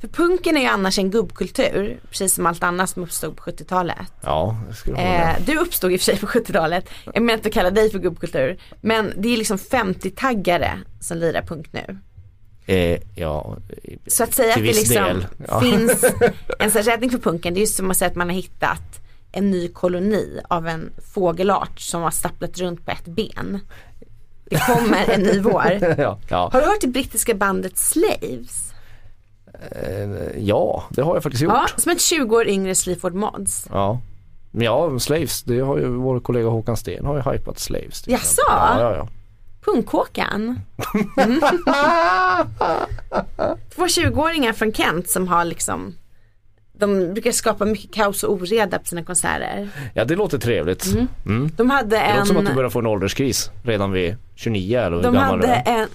[SPEAKER 2] För punken är ju annars en gubbkultur, precis som allt annat som uppstod på 70-talet.
[SPEAKER 3] Ja, det skulle jag hålla med.
[SPEAKER 2] Eh, du uppstod i och för sig på 70-talet, jag menar inte att kalla dig för gubbkultur. Men det är liksom 50-taggare som lirar punk nu.
[SPEAKER 3] eh, Ja, <laughs>
[SPEAKER 2] Så att säga att
[SPEAKER 3] Till
[SPEAKER 2] det
[SPEAKER 3] viss
[SPEAKER 2] liksom
[SPEAKER 3] del, ja. <laughs>
[SPEAKER 2] finns en sån här räddning för punken, det är ju som att säga att man har hittat en ny koloni av en fågelart som har stapplat runt på ett ben. Det kommer en ny vår.
[SPEAKER 3] ja, ja.
[SPEAKER 2] Har du hört det brittiska bandet Slaves?
[SPEAKER 3] Eh, ja, det har jag faktiskt gjort.
[SPEAKER 2] Ja, som ett 20 år yngre Sleaford Mods.
[SPEAKER 3] Ja. Men ja, Slaves, det har ju vår kollega Håkan Sten har ju hypat Slaves. till
[SPEAKER 2] Jaså?
[SPEAKER 3] exempel. Ja, ja, ja.
[SPEAKER 2] Punkhåkan.
[SPEAKER 3] <laughs>
[SPEAKER 2] Mm. Två 20-åringar från Kent som har liksom de brukar skapa mycket kaos och oreda på sina konserter.
[SPEAKER 3] ja, det låter trevligt.
[SPEAKER 2] Mm. De hade
[SPEAKER 3] Det
[SPEAKER 2] en...
[SPEAKER 3] låter som att du börjar få en ålderskris redan vid 29 eller hur
[SPEAKER 2] De
[SPEAKER 3] gammal
[SPEAKER 2] hade
[SPEAKER 3] du är.
[SPEAKER 2] en...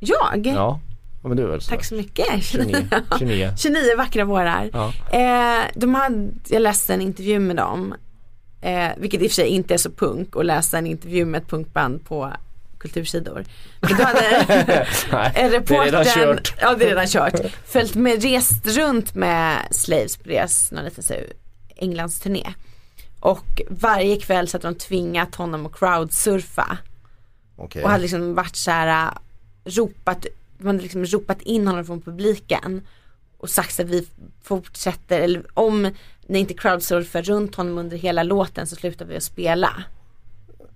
[SPEAKER 2] Jag?
[SPEAKER 3] Ja, Ja, men du är väl sådär.
[SPEAKER 2] Tack så mycket.
[SPEAKER 3] 29. <laughs> 29.
[SPEAKER 2] 29 vackra vårar.
[SPEAKER 3] Ja.
[SPEAKER 2] Eh, de hade, jag läste en intervju med dem. Eh, vilket i och för sig inte är så punk att läsa en intervju med ett punkband på kultursidor. Men då
[SPEAKER 3] <laughs>
[SPEAKER 2] hade
[SPEAKER 3] Nej,
[SPEAKER 2] en
[SPEAKER 3] det är
[SPEAKER 2] reportern,
[SPEAKER 3] redan kört.
[SPEAKER 2] ja det är redan kört, följt med, rest runt med Slaves på deras, någon liten så här Englandsturné. Och varje kväll så hade de tvingat honom att crowdsurfa.
[SPEAKER 3] Okej.
[SPEAKER 2] Och hade liksom varit så här äh, ropat, man hade liksom ropat in honom från publiken. Och sagt så att vi fortsätter, eller om ni inte crowdsurfar runt honom under hela låten så slutar vi att spela.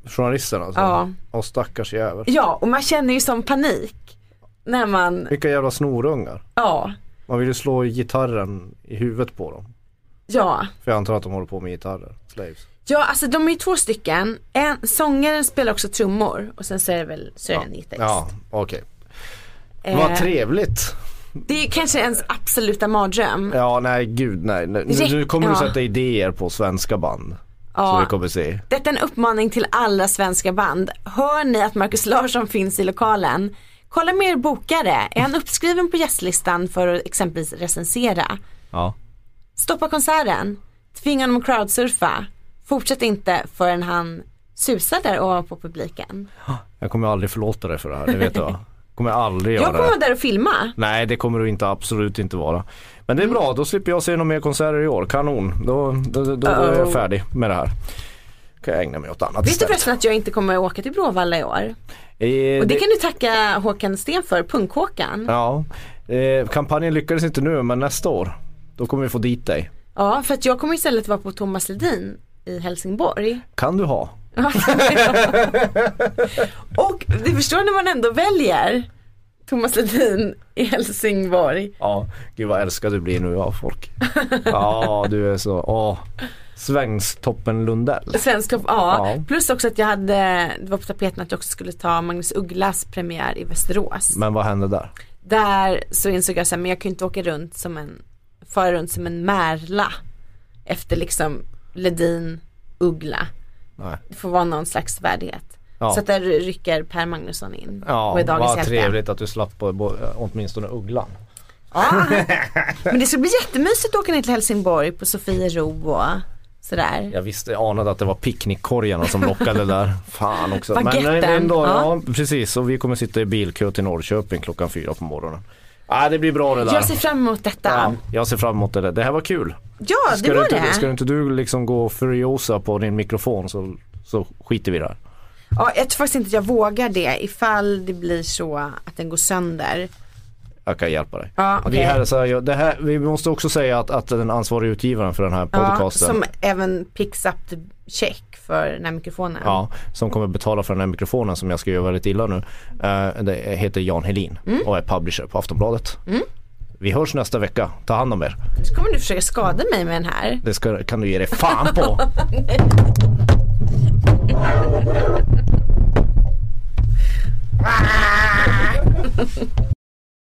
[SPEAKER 3] Journalisten alltså?
[SPEAKER 2] Ja.
[SPEAKER 3] Och stackars jävel.
[SPEAKER 2] Ja, och man känner ju som panik. När man,
[SPEAKER 3] Vilka jävla snorungar.
[SPEAKER 2] ja,
[SPEAKER 3] Man vill ju slå gitarren i huvudet på dem.
[SPEAKER 2] ja.
[SPEAKER 3] För jag antar att de håller på med gitarrer. Slaves.
[SPEAKER 2] Ja, alltså de är ju två stycken. En, sångaren spelar också trummor och sen så är det väl, så är det en gitarrist.
[SPEAKER 3] Ja, okej.
[SPEAKER 2] Eh,
[SPEAKER 3] Vad trevligt.
[SPEAKER 2] Det är ju kanske ens absoluta mardröm.
[SPEAKER 3] Ja, nej gud nej. Nu,
[SPEAKER 2] Räck-
[SPEAKER 3] nu kommer du
[SPEAKER 2] ja.
[SPEAKER 3] sätta idéer på svenska band. Så vi
[SPEAKER 2] Ja.
[SPEAKER 3] kommer se.
[SPEAKER 2] Detta är en uppmaning till alla svenska band. Hör ni att Marcus Larsson finns i lokalen? Kolla med er bokare. Är han uppskriven på gästlistan för att exempelvis recensera?
[SPEAKER 3] Ja.
[SPEAKER 2] Stoppa konserten. Tvinga honom att crowdsurfa. Fortsätt inte förrän han susar där ovanpå publiken.
[SPEAKER 3] Jag kommer aldrig förlåta dig för det här, det vet
[SPEAKER 2] <laughs>
[SPEAKER 3] du va? Kommer jag aldrig göra.
[SPEAKER 2] Jag kommer vara där och filma.
[SPEAKER 3] Nej det kommer du inte, absolut inte vara. Men det är
[SPEAKER 2] Mm.
[SPEAKER 3] bra, då slipper jag se några mer konserter i år. Kanon, då, då, då, då är jag
[SPEAKER 2] Uh-oh.
[SPEAKER 3] färdig med det här. kan jag ägna mig åt annat
[SPEAKER 2] Visste du
[SPEAKER 3] istället.
[SPEAKER 2] förresten att jag inte kommer att åka till Bråvalla i år?
[SPEAKER 3] Eh,
[SPEAKER 2] Och det
[SPEAKER 3] det-
[SPEAKER 2] kan du tacka Håkan Sten för, Punk-Håkan.
[SPEAKER 3] Ja, eh, kampanjen lyckades inte nu men nästa år. Då kommer vi få dit dig.
[SPEAKER 2] Ja, för att jag kommer istället vara på Thomas Ledin i Helsingborg.
[SPEAKER 3] Kan du ha?
[SPEAKER 2] Och du förstår när man ändå väljer Thomas Ledin i Helsingborg.
[SPEAKER 3] Ja, gud vad älskad du blir nu av
[SPEAKER 2] <laughs>
[SPEAKER 3] folk. Ja, du är så, åh. Svensktoppen Lundell.
[SPEAKER 2] Svensk topp ja.
[SPEAKER 3] Ja.
[SPEAKER 2] plus också att jag hade, det var på tapeten att jag också skulle ta Magnus Ugglas premiär i Västerås.
[SPEAKER 3] Men vad hände där?
[SPEAKER 2] Där så insåg jag så här, men jag kan ju inte åka runt som en, fara runt som en märla efter liksom Ledin, Uggla.
[SPEAKER 3] Nej.
[SPEAKER 2] Det får vara någon slags värdighet.
[SPEAKER 3] Ja.
[SPEAKER 2] Så att där rycker Per Magnusson in
[SPEAKER 3] Ja,
[SPEAKER 2] och är dagens
[SPEAKER 3] vad
[SPEAKER 2] hjälte.
[SPEAKER 3] trevligt att du slapp på, på, åtminstone ugglan.
[SPEAKER 2] Ja. Men det ska bli jättemysigt att åka ner till Helsingborg på Sofiero och sådär.
[SPEAKER 3] Jag visste, jag anade att det var picknickkorgarna som lockade där. <laughs> Fan också. Men eh,
[SPEAKER 2] Baguetten,
[SPEAKER 3] ändå, ja.
[SPEAKER 2] ja.
[SPEAKER 3] precis. Och vi kommer sitta i bilkö till Norrköping klockan fyra på morgonen. Ja, det blir bra det där.
[SPEAKER 2] Jag ser fram emot detta.
[SPEAKER 3] ja,
[SPEAKER 2] Ja,
[SPEAKER 3] jag ser fram emot det. där. Det här var kul.
[SPEAKER 2] det
[SPEAKER 3] Ska, du
[SPEAKER 2] var
[SPEAKER 3] inte,
[SPEAKER 2] det.
[SPEAKER 3] ska inte du liksom gå furiosa på din mikrofon så, så skiter vi där.
[SPEAKER 2] Ja, jag tror faktiskt inte jag vågar det ifall det blir så att den går sönder.
[SPEAKER 3] Jag kan hjälpa dig.
[SPEAKER 2] Ja, okej.
[SPEAKER 3] vi, hälsar ju- det här, vi måste också säga att, att den ansvariga utgivaren för den här
[SPEAKER 2] Ja,
[SPEAKER 3] podcasten
[SPEAKER 2] som även picks up the check för den här mikrofonen.
[SPEAKER 3] Ja, som kommer betala för den här mikrofonen som jag ska göra väldigt illa nu. Eh, det heter Jan Helin och är publisher på Aftonbladet. Vi hörs nästa vecka, ta hand om er.
[SPEAKER 2] Så kommer du försöka skada mig med den här.
[SPEAKER 3] Det ska, kan du ge dig fan på.